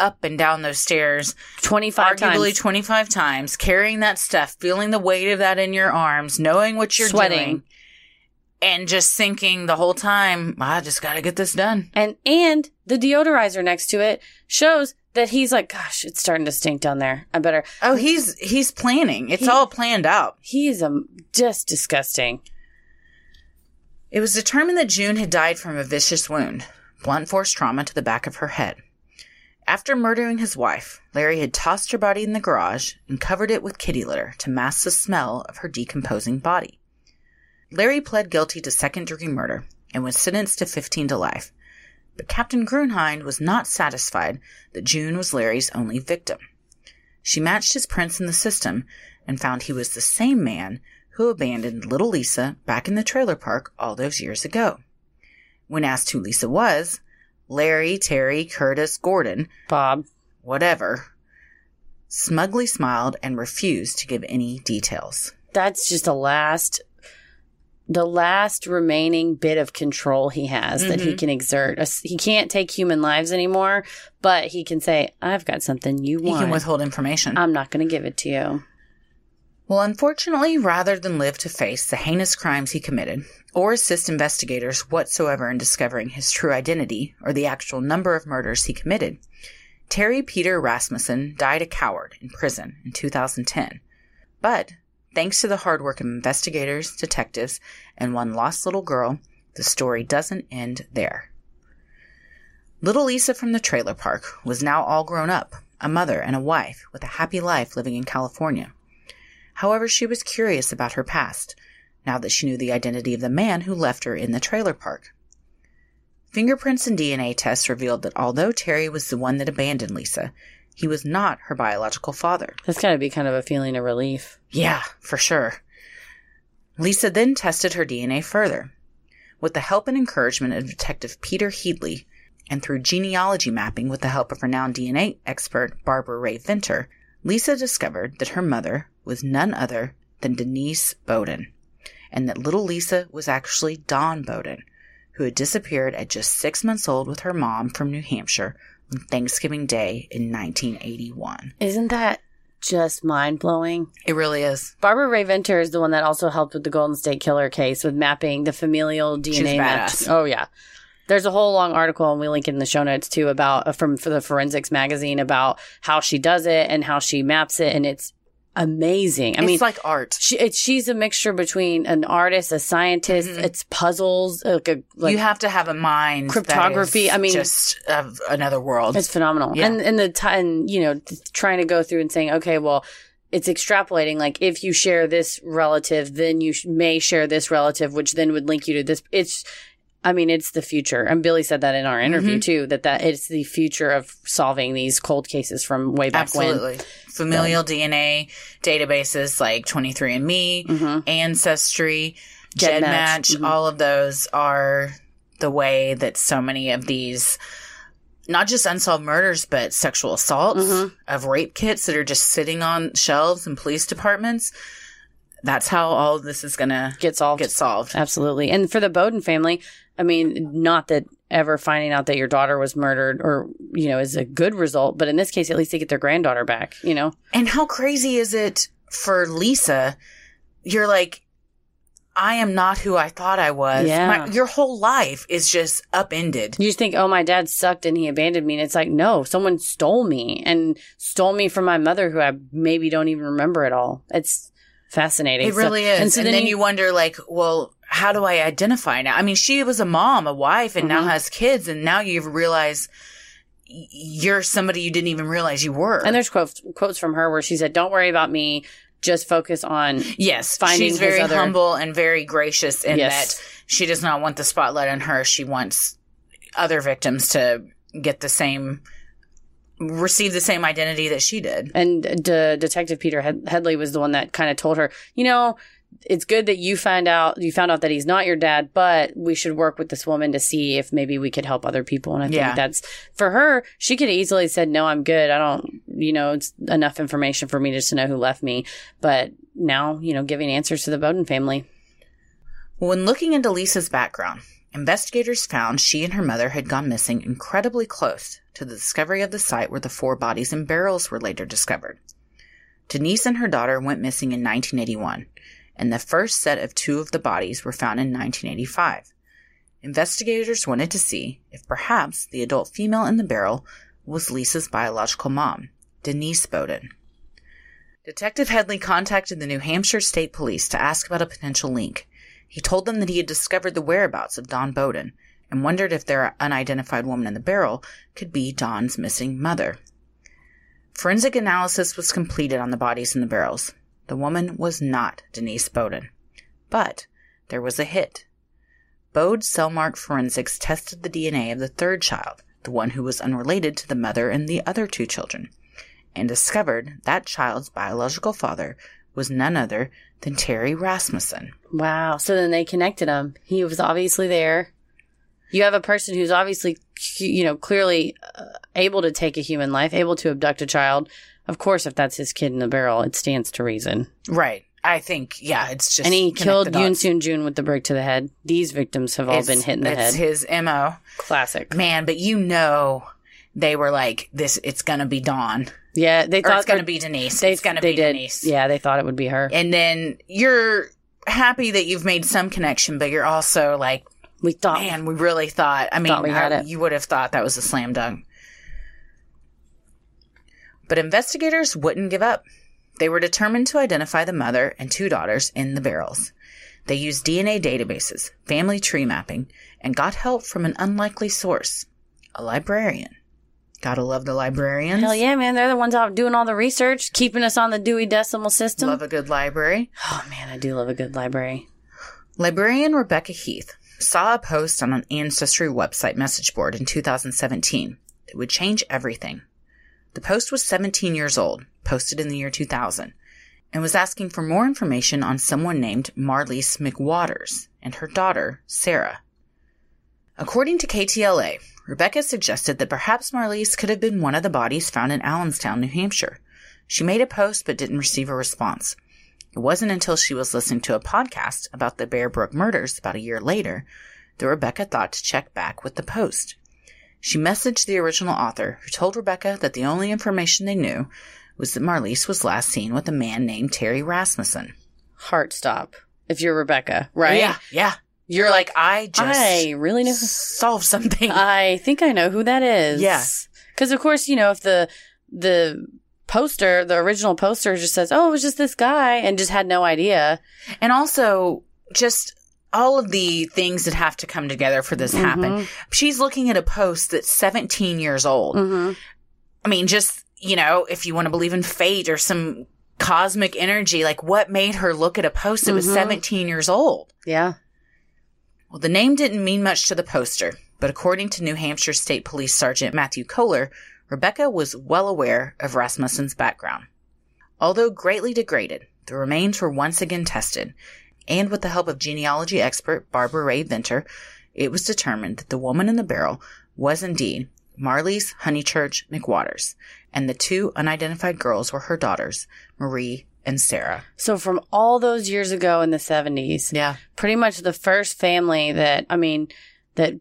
Speaker 3: up and down those stairs
Speaker 2: 25
Speaker 3: arguably
Speaker 2: times.
Speaker 3: 25 times, carrying that stuff, feeling the weight of that in your arms, knowing what you're
Speaker 2: Sweating.
Speaker 3: doing, and just thinking the whole time, I just got to get this done.
Speaker 2: and and the deodorizer next to it shows that he's like, gosh, it's starting to stink down there. I better.
Speaker 3: Oh, he's he's planning. It's
Speaker 2: He-
Speaker 3: all planned out.
Speaker 2: He is um, just disgusting.
Speaker 3: It was determined that June had died from a vicious wound, blunt force trauma to the back of her head. After murdering his wife, Larry had tossed her body in the garage and covered it with kitty litter to mask the smell of her decomposing body. Larry pled guilty to second degree murder and was sentenced to 15 to life. But Captain Grunhind was not satisfied that June was Larry's only victim. She matched his prints in the system and found he was the same man who abandoned little Lisa back in the trailer park all those years ago. When asked who Lisa was, Larry, Terry, Curtis, Gordon,
Speaker 2: Bob.
Speaker 3: whatever, smugly smiled and refused to give any details.
Speaker 2: That's just the last the last remaining bit of control he has that he can exert. A s- He can't take human lives anymore, but he can say, "I've got something you
Speaker 3: He
Speaker 2: want.
Speaker 3: can withhold information.
Speaker 2: I'm not going to give it to you."
Speaker 3: Well, unfortunately, rather than live to face the heinous crimes he committed, or assist investigators whatsoever in discovering his true identity or the actual number of murders he committed, Terry Peter Rasmussen died a coward in prison in 2010. But thanks to the hard work of investigators, detectives, and one lost little girl, the story doesn't end there. Little Lisa from the trailer park was now all grown up, a mother and a wife with a happy life living in California. However, she was curious about her past, now that she knew the identity of the man who left her in the trailer park. Fingerprints and DNA tests revealed that although Terry was the one that abandoned Lisa, he was not her biological father.
Speaker 2: That's got to be kind of a feeling of relief.
Speaker 3: Yeah, for sure. Lisa then tested her DNA further. With the help and encouragement of Detective Peter Headley, and through genealogy mapping with the help of renowned DNA expert Barbara Ray Venter, Lisa discovered that her mother was none other than Denise Bowden, and that little Lisa was actually Dawn Bowden, who had disappeared at just six months old with her mom from New Hampshire on Thanksgiving Day in 1981.
Speaker 2: Isn't that just mind-blowing?
Speaker 3: It really is.
Speaker 2: Barbara Ray Venter is the one that also helped with the Golden State Killer case with mapping the familial DNA.
Speaker 3: She's
Speaker 2: map-
Speaker 3: badass.
Speaker 2: Oh yeah, there's a whole long article, and we link it in the show notes too uh, about from for the Forensics magazine about how she does it and how she maps it, and it's amazing. I mean,
Speaker 3: it's like art.
Speaker 2: she, it, she's a mixture between an artist, a scientist.
Speaker 3: Mhm.
Speaker 2: It's puzzles, like, a, like
Speaker 3: you have to have a mind. that
Speaker 2: Cryptography,
Speaker 3: is
Speaker 2: I mean-
Speaker 3: just of another world.
Speaker 2: It's phenomenal.
Speaker 3: Yeah.
Speaker 2: And and the t- and you know t- trying to go through and saying, okay, well, it's extrapolating. Like if you share this relative, then you sh- may share this relative, which then would link you to this. It's, I mean, it's the future. And Billy said that in our interview
Speaker 3: Mm-hmm.
Speaker 2: too. That that it's the future of solving these cold cases from way back
Speaker 3: Absolutely. Familial DNA databases like 23andMe,
Speaker 2: when. hmm
Speaker 3: Ancestry,
Speaker 2: GEDmatch,
Speaker 3: GEDmatch,
Speaker 2: mhm.
Speaker 3: all of those are the way that so many of these not just unsolved murders but sexual assaults
Speaker 2: Mhm.
Speaker 3: of rape kits that are just sitting on shelves in police departments that's how all of this is going to
Speaker 2: Get solved.
Speaker 3: get solved
Speaker 2: Absolutely. And for the Bowden family, I mean, not that ever finding out that your daughter was murdered or, you know, is a good result, but in this case, at least they get their granddaughter back, you know?
Speaker 3: And how crazy is it for Lisa? You're like, I am not who I thought I was.
Speaker 2: Yeah.
Speaker 3: My, your whole life is just upended.
Speaker 2: You just think, oh, my dad sucked and he abandoned me. And it's like, no, someone stole me and stole me from my mother who I maybe don't even remember at all. It's fascinating.
Speaker 3: It
Speaker 2: So-
Speaker 3: really is. And,
Speaker 2: so
Speaker 3: then, you, wonder, like, well, how do I identify now? I mean, she was a mom, a wife, and now
Speaker 2: Mhm.
Speaker 3: has kids. And now you realize y- you're somebody you didn't even realize you were.
Speaker 2: And there's quotes, quotes from her where she said, don't worry about me. Just focus on
Speaker 3: yes,
Speaker 2: finding
Speaker 3: she's
Speaker 2: his
Speaker 3: very
Speaker 2: other-
Speaker 3: humble and very gracious in
Speaker 2: Yes.
Speaker 3: that she does not want the spotlight on her. She wants other victims to get the same, receive the same identity that she did.
Speaker 2: And De- Detective Peter Head- Headley was the one that kind of told her, you know, it's good that you find out you found out that he's not your dad, but we should work with this woman to see if maybe we could help other people. And I think
Speaker 3: Yeah.
Speaker 2: that's for her. She could have easily said, "No, I'm good. I don't, you know, it's enough information for me just to know who left me." But now, you know, giving answers to the Bowden family.
Speaker 3: When looking into Lisa's background, investigators found she and her mother had gone missing incredibly close to the discovery of the site where the four bodies and barrels were later discovered. Denise and her daughter went missing in 1981, and the first set of two of the bodies were found in 1985. Investigators wanted to see if perhaps the adult female in the barrel was Lisa's biological mom, Denise Bowden. Detective Headley contacted the New Hampshire State Police to ask about a potential link. He told them that he had discovered the whereabouts of Don Bowden and wondered if their unidentified woman in the barrel could be Don's missing mother. Forensic analysis was completed on the bodies in the barrels. The woman was not Denise Bowden, but there was a hit. Bode Cellmark Forensics tested the DNA of the third child, the one who was unrelated to the mother and the other two children, and discovered that child's biological father was none other than Terry Rasmussen.
Speaker 2: Wow. So then they connected him. He was obviously there. You have a person who's obviously, you know, clearly uh, able to take a human life, able to abduct a child. Of course, if that's his kid in the barrel, it stands to reason.
Speaker 3: Right. I think, yeah, it's just.
Speaker 2: and he
Speaker 3: connect
Speaker 2: killed
Speaker 3: the
Speaker 2: Yoon
Speaker 3: dots.
Speaker 2: Soon Jun with the brick to the head. These victims have all
Speaker 3: It's-
Speaker 2: been hit in the head.
Speaker 3: it's his MO.
Speaker 2: Classic.
Speaker 3: Man, but you know, they were like, this, it's going to be Dawn.
Speaker 2: Yeah, they
Speaker 3: Or
Speaker 2: thought
Speaker 3: it's going to
Speaker 2: that-
Speaker 3: be Denise.
Speaker 2: They,
Speaker 3: it's going to
Speaker 2: they
Speaker 3: be
Speaker 2: did.
Speaker 3: Denise.
Speaker 2: Yeah, they thought it would be her.
Speaker 3: And then you're happy that you've made some connection, but you're also like,
Speaker 2: we thought
Speaker 3: man, we really thought. I mean,
Speaker 2: Oh. Thought we had
Speaker 3: I-
Speaker 2: it.
Speaker 3: you would have thought that was a slam dunk. But investigators wouldn't give up. They were determined to identify the mother and two daughters in the barrels. They used DNA databases, family tree mapping, and got help from an unlikely source a librarian. Gotta love the librarians.
Speaker 2: hell yeah, man, they're the ones out doing all the research, keeping us on the Dewey Decimal System.
Speaker 3: Love a good library.
Speaker 2: oh man, I do love a good library.
Speaker 3: Librarian Rebecca Heath saw a post on an Ancestry website message board in 2017 that would change everything. The post was 17 years old, posted in the year 2000, and was asking for more information on someone named Marlise McWaters and her daughter, Sarah. According to KTLA, Rebecca suggested that perhaps Marlise could have been one of the bodies found in Allenstown, New Hampshire. She made a post but didn't receive a response. It wasn't until she was listening to a podcast about the Bear Brook murders about a year later that Rebecca thought to check back with the post. She messaged the original author, who told Rebecca that the only information they knew was that Marlise was last seen with a man named Terry Rasmussen.
Speaker 2: Heart stop. If you're Rebecca, right?
Speaker 3: Yeah, yeah. You're, like, I just
Speaker 2: I really know.
Speaker 3: solved
Speaker 2: Uh.
Speaker 3: something.
Speaker 2: I think I know who that is.
Speaker 3: Yeah.
Speaker 2: Because of course, you know if the the poster, the original poster just says, "Oh, it was just this guy," and just had no idea.
Speaker 3: And also, just all of the things that have to come together for this happen. She's looking at a post that's 17 years old.
Speaker 2: Mm-hmm.
Speaker 3: I mean, just, you know, if you want to believe in fate or some cosmic energy, like what made her look at a post that was
Speaker 2: Mhm.
Speaker 3: 17 years old?
Speaker 2: Yeah.
Speaker 3: Well, the name didn't mean much to the poster, but according to New Hampshire State Police Sergeant Matthew Kohler, Rebecca was well aware of Rasmussen's background. Although greatly degraded, the remains were once again tested, and with the help of genealogy expert Barbara Ray Venter, it was determined that the woman in the barrel was indeed Marley's Honeychurch McWaters, and the two unidentified girls were her daughters, Marie and Sarah.
Speaker 2: So from all those years ago in the 70s,
Speaker 3: Yeah.
Speaker 2: pretty much the first family that I mean that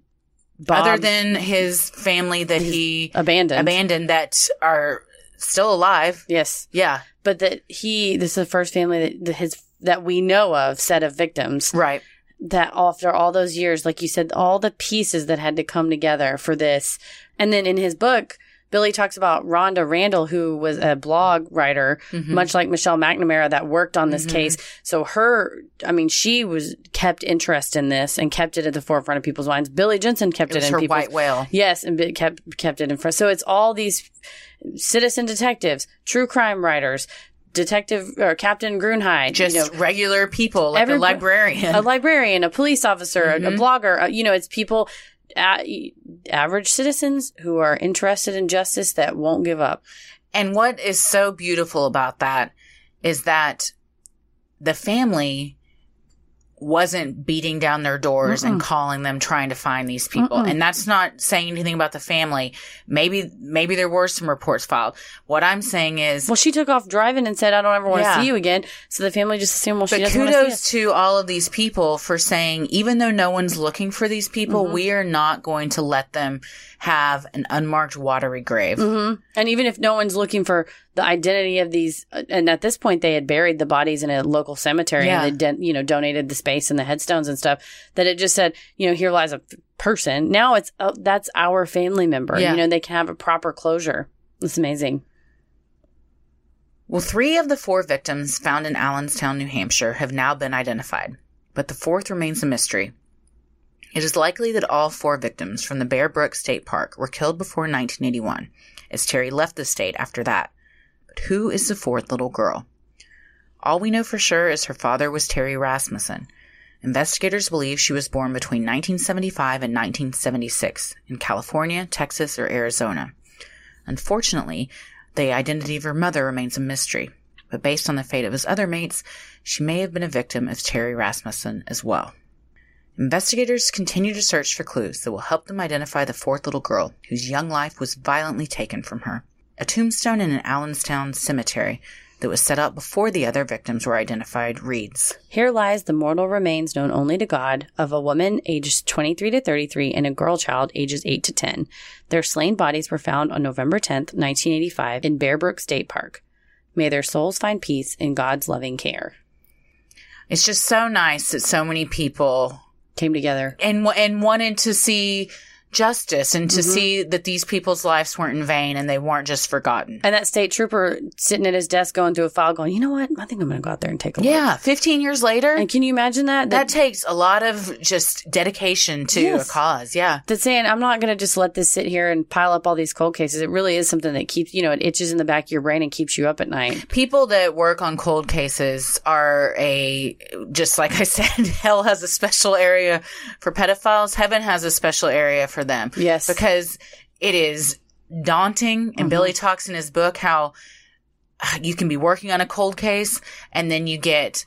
Speaker 2: Bob
Speaker 3: Other than his family that he
Speaker 2: abandoned.
Speaker 3: abandoned that are still alive.
Speaker 2: yes.
Speaker 3: Yeah,
Speaker 2: But that he this is the first family that, that his that we know of set of victims
Speaker 3: right.
Speaker 2: that after all those years like you said all the pieces that had to come together for this. And then in his book Billy talks about Rhonda Randall, who was a blog writer,
Speaker 3: Mm-hmm.
Speaker 2: much like Michelle McNamara, that worked on this
Speaker 3: Mhm.
Speaker 2: case. So her, I mean, she was kept interest in this and kept it at the forefront of people's minds. Billy Jensen kept it,
Speaker 3: It was
Speaker 2: in
Speaker 3: her
Speaker 2: people's
Speaker 3: white whale.
Speaker 2: Yes, and it kept kept it in front. So it's all these citizen detectives, true crime writers, detective or Captain Grunheide,
Speaker 3: Just
Speaker 2: you know,
Speaker 3: regular people, like
Speaker 2: every-
Speaker 3: a librarian.
Speaker 2: a librarian, a police officer, a- a
Speaker 3: Mhm.
Speaker 2: blogger. uh, You know, it's people, uh, average citizens who are interested in justice that won't give up.
Speaker 3: and what is so beautiful about that is that the family wasn't beating down their doors and calling them trying to find these people.
Speaker 2: Mm-mm.
Speaker 3: And that's not saying anything about the family. Maybe maybe there were some reports filed. What I'm saying is
Speaker 2: Well, she took off driving and said, "I don't ever want to
Speaker 3: Yeah.
Speaker 2: see you again." So the family just assumed, "Well, she
Speaker 3: but
Speaker 2: doesn't want to see
Speaker 3: kudos
Speaker 2: us."
Speaker 3: to all of these people for saying, even though no one's looking for these people,
Speaker 2: Mhm.
Speaker 3: we are not going to let them have an unmarked watery grave.
Speaker 2: hmm And even if no one's looking for the identity of these, uh, and at this point they had buried the bodies in a local cemetery
Speaker 3: Yeah.
Speaker 2: and they, den you know, donated the space and the headstones and stuff. That it just said, you know, here lies a f- person. Now it's uh, that's our family member.
Speaker 3: Yeah.
Speaker 2: You know, they can have a proper closure. It's amazing.
Speaker 3: Well, three of the four victims found in Allenstown, New Hampshire, have now been identified, but the fourth remains a mystery. It is likely that all four victims from the Bear Brook State Park were killed before 1981, as Terry left the state after that. But who is the fourth little girl? All we know for sure is her father was Terry Rasmussen. Investigators believe she was born between 1975 and 1976 in California, Texas, or Arizona. Unfortunately, the identity of her mother remains a mystery, but based on the fate of his other mates, she may have been a victim of Terry Rasmussen as well. Investigators continue to search for clues that will help them identify the fourth little girl whose young life was violently taken from her. A tombstone in an Allenstown cemetery that was set up before the other victims were identified reads
Speaker 2: Here lies the mortal remains known only to God of a woman aged 23 to 33 and a girl child ages 8 to 10. Their slain bodies were found on November 10th, 1985 in Bear Brook State Park. May their souls find peace in God's loving care.
Speaker 3: It's just so nice that so many people
Speaker 2: Came together.
Speaker 3: and wa- and wanted to see justice and to see that these people's lives weren't in vain and they weren't just forgotten.
Speaker 2: And that state trooper sitting at his desk going through a file going, you know what? I think I'm going to go out there and take a look.
Speaker 3: Yeah, 15 years later,
Speaker 2: And can you imagine that?
Speaker 3: that takes a lot of just dedication to
Speaker 2: Yes.
Speaker 3: a cause. Yeah.
Speaker 2: that saying I'm not going to just let this sit here and pile up all these cold cases. It really is something that keeps, you know, it itches in the back of your brain and keeps you up at night.
Speaker 3: People that work on cold cases are a, just like I said, hell has a special area for pedophiles. Heaven has a special area for them.
Speaker 2: Yes.
Speaker 3: Because it is daunting.
Speaker 2: Mm-hmm.
Speaker 3: And Billy talks in his book how uh, you can be working on a cold case and then you get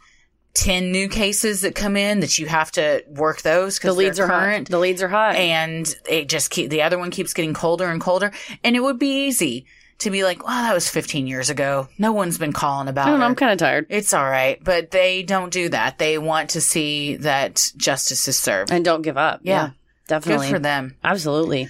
Speaker 3: 10 new cases that come in that you have to work those
Speaker 2: The
Speaker 3: because
Speaker 2: leads are hot.
Speaker 3: current.
Speaker 2: The leads are hot.
Speaker 3: and it just keep the other one keeps getting colder and colder. And it would be easy to be like, "Well, that was 15 years ago. No one's been calling about
Speaker 2: I don't know.
Speaker 3: her.
Speaker 2: I'm kind of tired.
Speaker 3: it's all right." But they don't do that. They want to see that justice is served.
Speaker 2: And don't give up.
Speaker 3: Yeah.
Speaker 2: definitely.
Speaker 3: Good for them.
Speaker 2: Absolutely.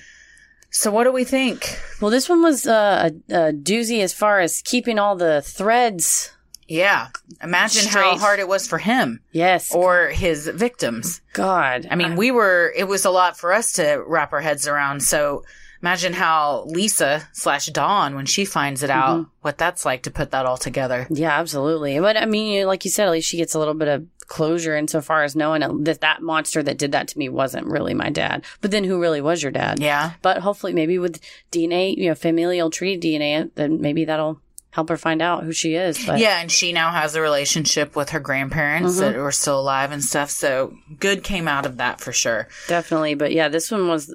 Speaker 3: So, what do we think?
Speaker 2: Well, this one was uh, a, a doozy as far as keeping all the threads.
Speaker 3: Yeah, imagine how
Speaker 2: Straight.
Speaker 3: hard it was for him
Speaker 2: Yes.
Speaker 3: or his victims.
Speaker 2: God.
Speaker 3: I mean, we were. It was a lot for us to wrap our heads around. So. Imagine how Lisa slash Dawn, when she finds it
Speaker 2: Mm-hmm.
Speaker 3: out, what that's like to put that all together.
Speaker 2: Yeah, absolutely. But I mean, like you said, at least she gets a little bit of closure insofar as knowing that that monster that did that to me wasn't really my dad. But then who really was your dad?
Speaker 3: Yeah.
Speaker 2: But hopefully, maybe with DNA, you know, familial tree DNA, then maybe that'll help her find out who she is. But
Speaker 3: Yeah, and she now has a relationship with her grandparents that
Speaker 2: Mm-hmm.
Speaker 3: were still alive and stuff. So good came out of that for sure.
Speaker 2: definitely. But yeah, this one was,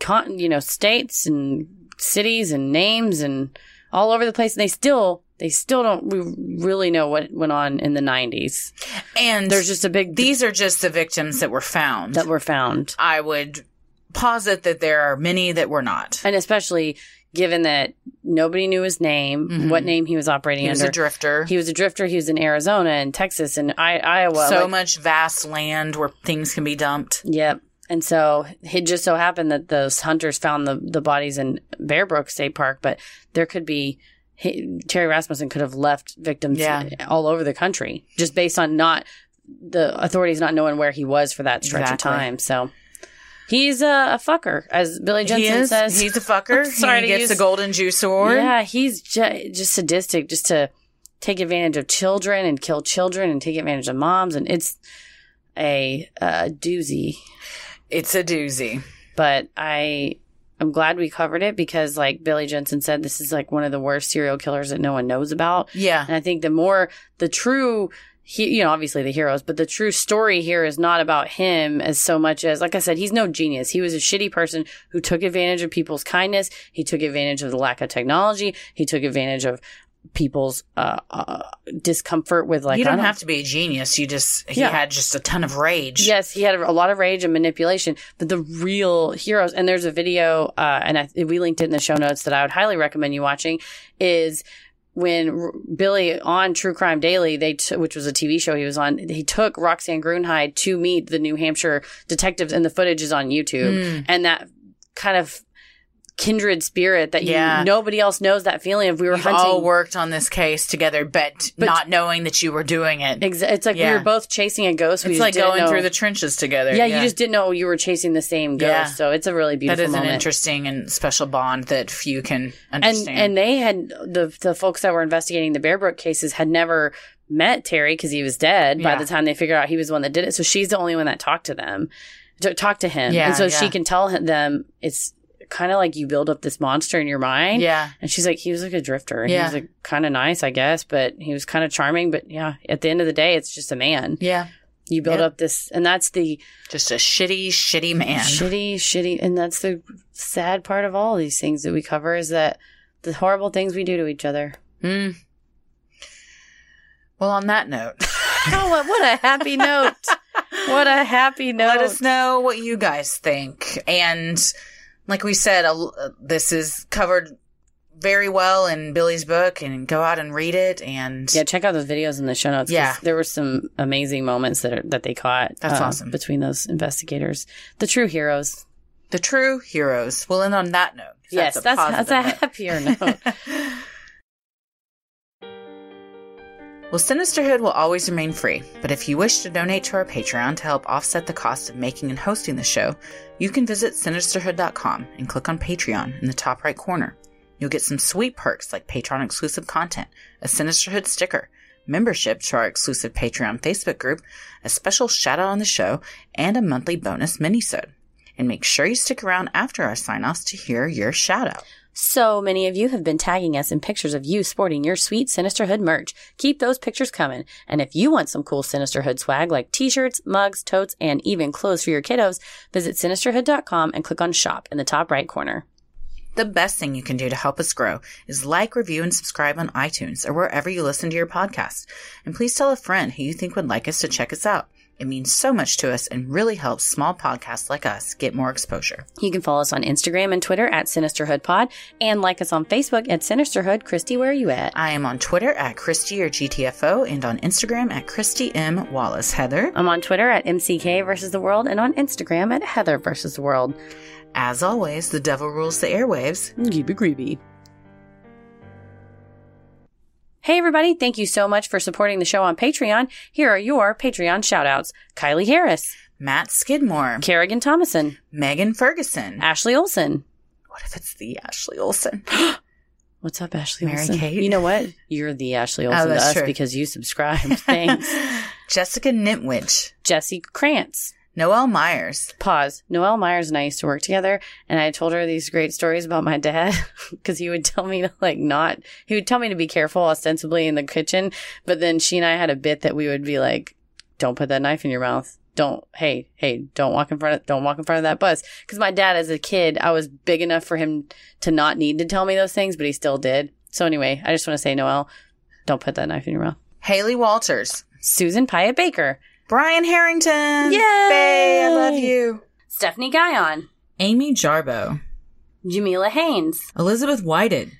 Speaker 2: con- you know, states and cities and names and all over the place. And they still, they still don't we really know what went on in the 90s.
Speaker 3: And
Speaker 2: There's just a big
Speaker 3: these are just the victims that were found.
Speaker 2: that were found.
Speaker 3: I would posit that there are many that were not.
Speaker 2: And especially given that nobody knew his name, what name he was operating
Speaker 3: Mm-hmm. He was
Speaker 2: under.
Speaker 3: a drifter.
Speaker 2: he was a drifter. He was in Arizona and Texas and I- Iowa.
Speaker 3: so
Speaker 2: like-
Speaker 3: much vast land where things can be dumped.
Speaker 2: Yep. And so it just so happened that those hunters found the, the bodies in Bear Brook State Park, but there could be he, Terry Rasmussen could have left victims
Speaker 3: Yeah.
Speaker 2: all over the country just based on not the authorities not knowing where he was for that stretch
Speaker 3: Exactly.
Speaker 2: of time. So he's a, a fucker, as Billy Jensen
Speaker 3: he is.
Speaker 2: says.
Speaker 3: He's a fucker.
Speaker 2: I'm sorry
Speaker 3: he
Speaker 2: to
Speaker 3: gets
Speaker 2: use-
Speaker 3: the Golden Juice Award.
Speaker 2: Yeah, he's ju- just sadistic, just to take advantage of children and kill children and take advantage of moms, and it's a, uh doozy.
Speaker 3: It's a doozy.
Speaker 2: But I, I'm glad we covered it because, like Billy Jensen said, this is like one of the worst serial killers that no one knows about,
Speaker 3: Yeah.
Speaker 2: and I think the more the true. He, you know, obviously the heroes, but the true story here is not about him as so much as, like I said, he's no genius. He was a shitty person who took advantage of people's kindness. He took advantage of the lack of technology. He took advantage of people's uh, uh, discomfort with, like,
Speaker 3: you
Speaker 2: I
Speaker 3: don't, have to be a genius. You just he
Speaker 2: Yeah.
Speaker 3: had just a ton of rage.
Speaker 2: Yes, he had a lot of rage and manipulation, but the real heroes, and there's a video, uh, and I, we linked it in the show notes that I would highly recommend you watching, is when R- Billy on True Crime Daily, they t- which was a TV show he was on, he took Roxanne Gruenheid to meet the New Hampshire detectives, and the footage is on YouTube,
Speaker 3: Mm.
Speaker 2: and that kind of kindred spirit that
Speaker 3: Yeah.
Speaker 2: you, nobody else knows that feeling of we were
Speaker 3: We've
Speaker 2: hunting
Speaker 3: all worked on this case together, but, not knowing that you were doing it.
Speaker 2: Exa- it's like we
Speaker 3: Yeah.
Speaker 2: were both chasing a ghost. we
Speaker 3: It's
Speaker 2: just
Speaker 3: like
Speaker 2: didn't
Speaker 3: going
Speaker 2: know-
Speaker 3: through the trenches together.
Speaker 2: yeah, you just didn't know you were chasing the same ghost.
Speaker 3: Yeah.
Speaker 2: So it's a really
Speaker 3: that
Speaker 2: beautiful
Speaker 3: is an
Speaker 2: moment.
Speaker 3: interesting and special bond that few can
Speaker 2: and
Speaker 3: understand.
Speaker 2: and they had the the folks that were investigating the Bear Brook cases had never met Terry because he was dead by
Speaker 3: Yeah.
Speaker 2: the time they figured out he was the one that did it. So she's the only one that talked to them, to talk to him,
Speaker 3: Yeah,
Speaker 2: and so she
Speaker 3: yeah.
Speaker 2: can tell him- them it's kind of like you build up this monster in your mind.
Speaker 3: yeah,
Speaker 2: And she's like, he was like a drifter. He
Speaker 3: Yeah.
Speaker 2: was like kind of nice, I guess, but he was kind of charming. But yeah, at the end of the day, it's just a man.
Speaker 3: yeah,
Speaker 2: You build
Speaker 3: Yep.
Speaker 2: up this, and that's the
Speaker 3: just a shitty, shitty man.
Speaker 2: shitty, shitty, and that's the sad part of all these things that we cover is that the horrible things we do to each other.
Speaker 3: Mm. Well, on that note,
Speaker 2: Oh, what, what a happy note! What a happy note!
Speaker 3: let us know what you guys think. And like we said, a l- uh, this is covered very well in Billy's book, and go out and read it. And
Speaker 2: Yeah, check out those videos in the show notes. 'cause
Speaker 3: Yeah.
Speaker 2: there were some amazing moments that are, that they caught. um,
Speaker 3: That's awesome.
Speaker 2: between those investigators, the true heroes.
Speaker 3: the true heroes. Well, and on that note,
Speaker 2: yes, that's that's a
Speaker 3: positive note.
Speaker 2: happier note.
Speaker 3: Well, Sinisterhood will always remain free, but if you wish to donate to our Patreon to help offset the cost of making and hosting the show, you can visit sinisterhood.com and click on Patreon in the top right corner. You'll get some sweet perks like Patreon exclusive content, a Sinisterhood sticker, membership to our exclusive Patreon Facebook group, a special shout out on the show, and a monthly bonus minisode. And make sure you stick around after our sign offs to hear your shout out.
Speaker 2: So many of you have been tagging us in pictures of you sporting your sweet Sinisterhood merch. Keep those pictures coming. And if you want some cool Sinisterhood swag like t-shirts, mugs, totes, and even clothes for your kiddos, visit sinisterhood.com and click on shop in the top right corner.
Speaker 3: The best thing you can do to help us grow is like, review, and subscribe on iTunes or wherever you listen to your podcast. And please tell a friend who you think would like us to check us out. It means so much to us and really helps small podcasts like us get more exposure.
Speaker 2: You can follow us on Instagram and Twitter at SinisterhoodPod and like us on Facebook at Sinisterhood. Christy, where are you at?
Speaker 3: I am on Twitter at Christy or GTFO and on Instagram at Christy M. Wallace. Heather,
Speaker 2: I'm on Twitter at MCK versus the world and on Instagram at Heather versus the world.
Speaker 3: as always, the devil rules the airwaves.
Speaker 2: Keep it creepy. Hey everybody, thank you so much for supporting the show on Patreon. Here are your Patreon shoutouts. Kylie Harris,
Speaker 3: Matt Skidmore,
Speaker 2: Kerrigan Thomason,
Speaker 3: Megan Ferguson,
Speaker 2: Ashley Olson,
Speaker 3: What if it's the Ashley Olsen?
Speaker 2: What's up, Ashley
Speaker 3: Mary
Speaker 2: Olsen?
Speaker 3: Kate. Oh,
Speaker 2: You know what? You're the Ashley Olsen to
Speaker 3: that's
Speaker 2: us
Speaker 3: true.
Speaker 2: because you subscribed. Thanks.
Speaker 3: Jessica Nitwich,
Speaker 2: Jesse Krantz.
Speaker 3: Noelle Myers.
Speaker 2: Pause. Noelle Myers and I used to work together, and I told her these great stories about my dad because he would tell me to like not. He would tell me to be careful, ostensibly in the kitchen, but then she and I had a bit that we would be like, "Don't put that knife in your mouth. Don't. Hey, hey, don't walk in front of. Don't walk in front of that bus." Because my dad, as a kid, I was big enough for him to not need to tell me those things, but he still did. So anyway, I just want to say, Noelle, don't put that knife in your mouth.
Speaker 3: Haley Walters.
Speaker 2: Susan Pyatt Baker,
Speaker 3: Brian Harrington.
Speaker 2: Yay!
Speaker 3: Bae, I love you.
Speaker 2: Stephanie Guyon,
Speaker 3: Amy Jarbo.
Speaker 2: Jamila Haynes,
Speaker 3: Elizabeth Whited.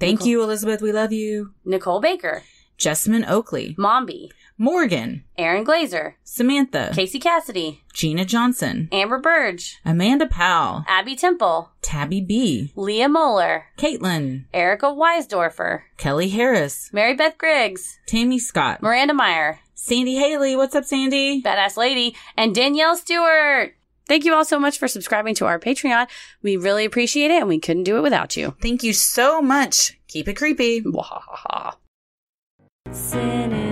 Speaker 3: Thank
Speaker 2: Nicole.
Speaker 3: you, Elizabeth. We love you.
Speaker 2: Nicole Baker,
Speaker 3: Jessamine Oakley.
Speaker 2: Mombi.
Speaker 3: Morgan.
Speaker 2: Aaron Glazer,
Speaker 3: Samantha.
Speaker 2: Casey Cassidy,
Speaker 3: Gina Johnson.
Speaker 2: Amber Burge,
Speaker 3: Amanda Powell.
Speaker 2: Abby Temple,
Speaker 3: Tabby B.
Speaker 2: Leah Moeller,
Speaker 3: Caitlin.
Speaker 2: Erica Weisdorfer,
Speaker 3: Kelly Harris.
Speaker 2: Mary Beth Griggs,
Speaker 3: Tammy Scott.
Speaker 2: Miranda Meyer,
Speaker 3: Sandy Haley. What's up, Sandy?
Speaker 2: Badass Lady, and Danielle Stewart. Thank you all so much for subscribing to our Patreon. We really appreciate it, and we couldn't do it without you.
Speaker 3: Thank you so much. Keep it creepy.
Speaker 2: Wahahaha.
Speaker 1: Sin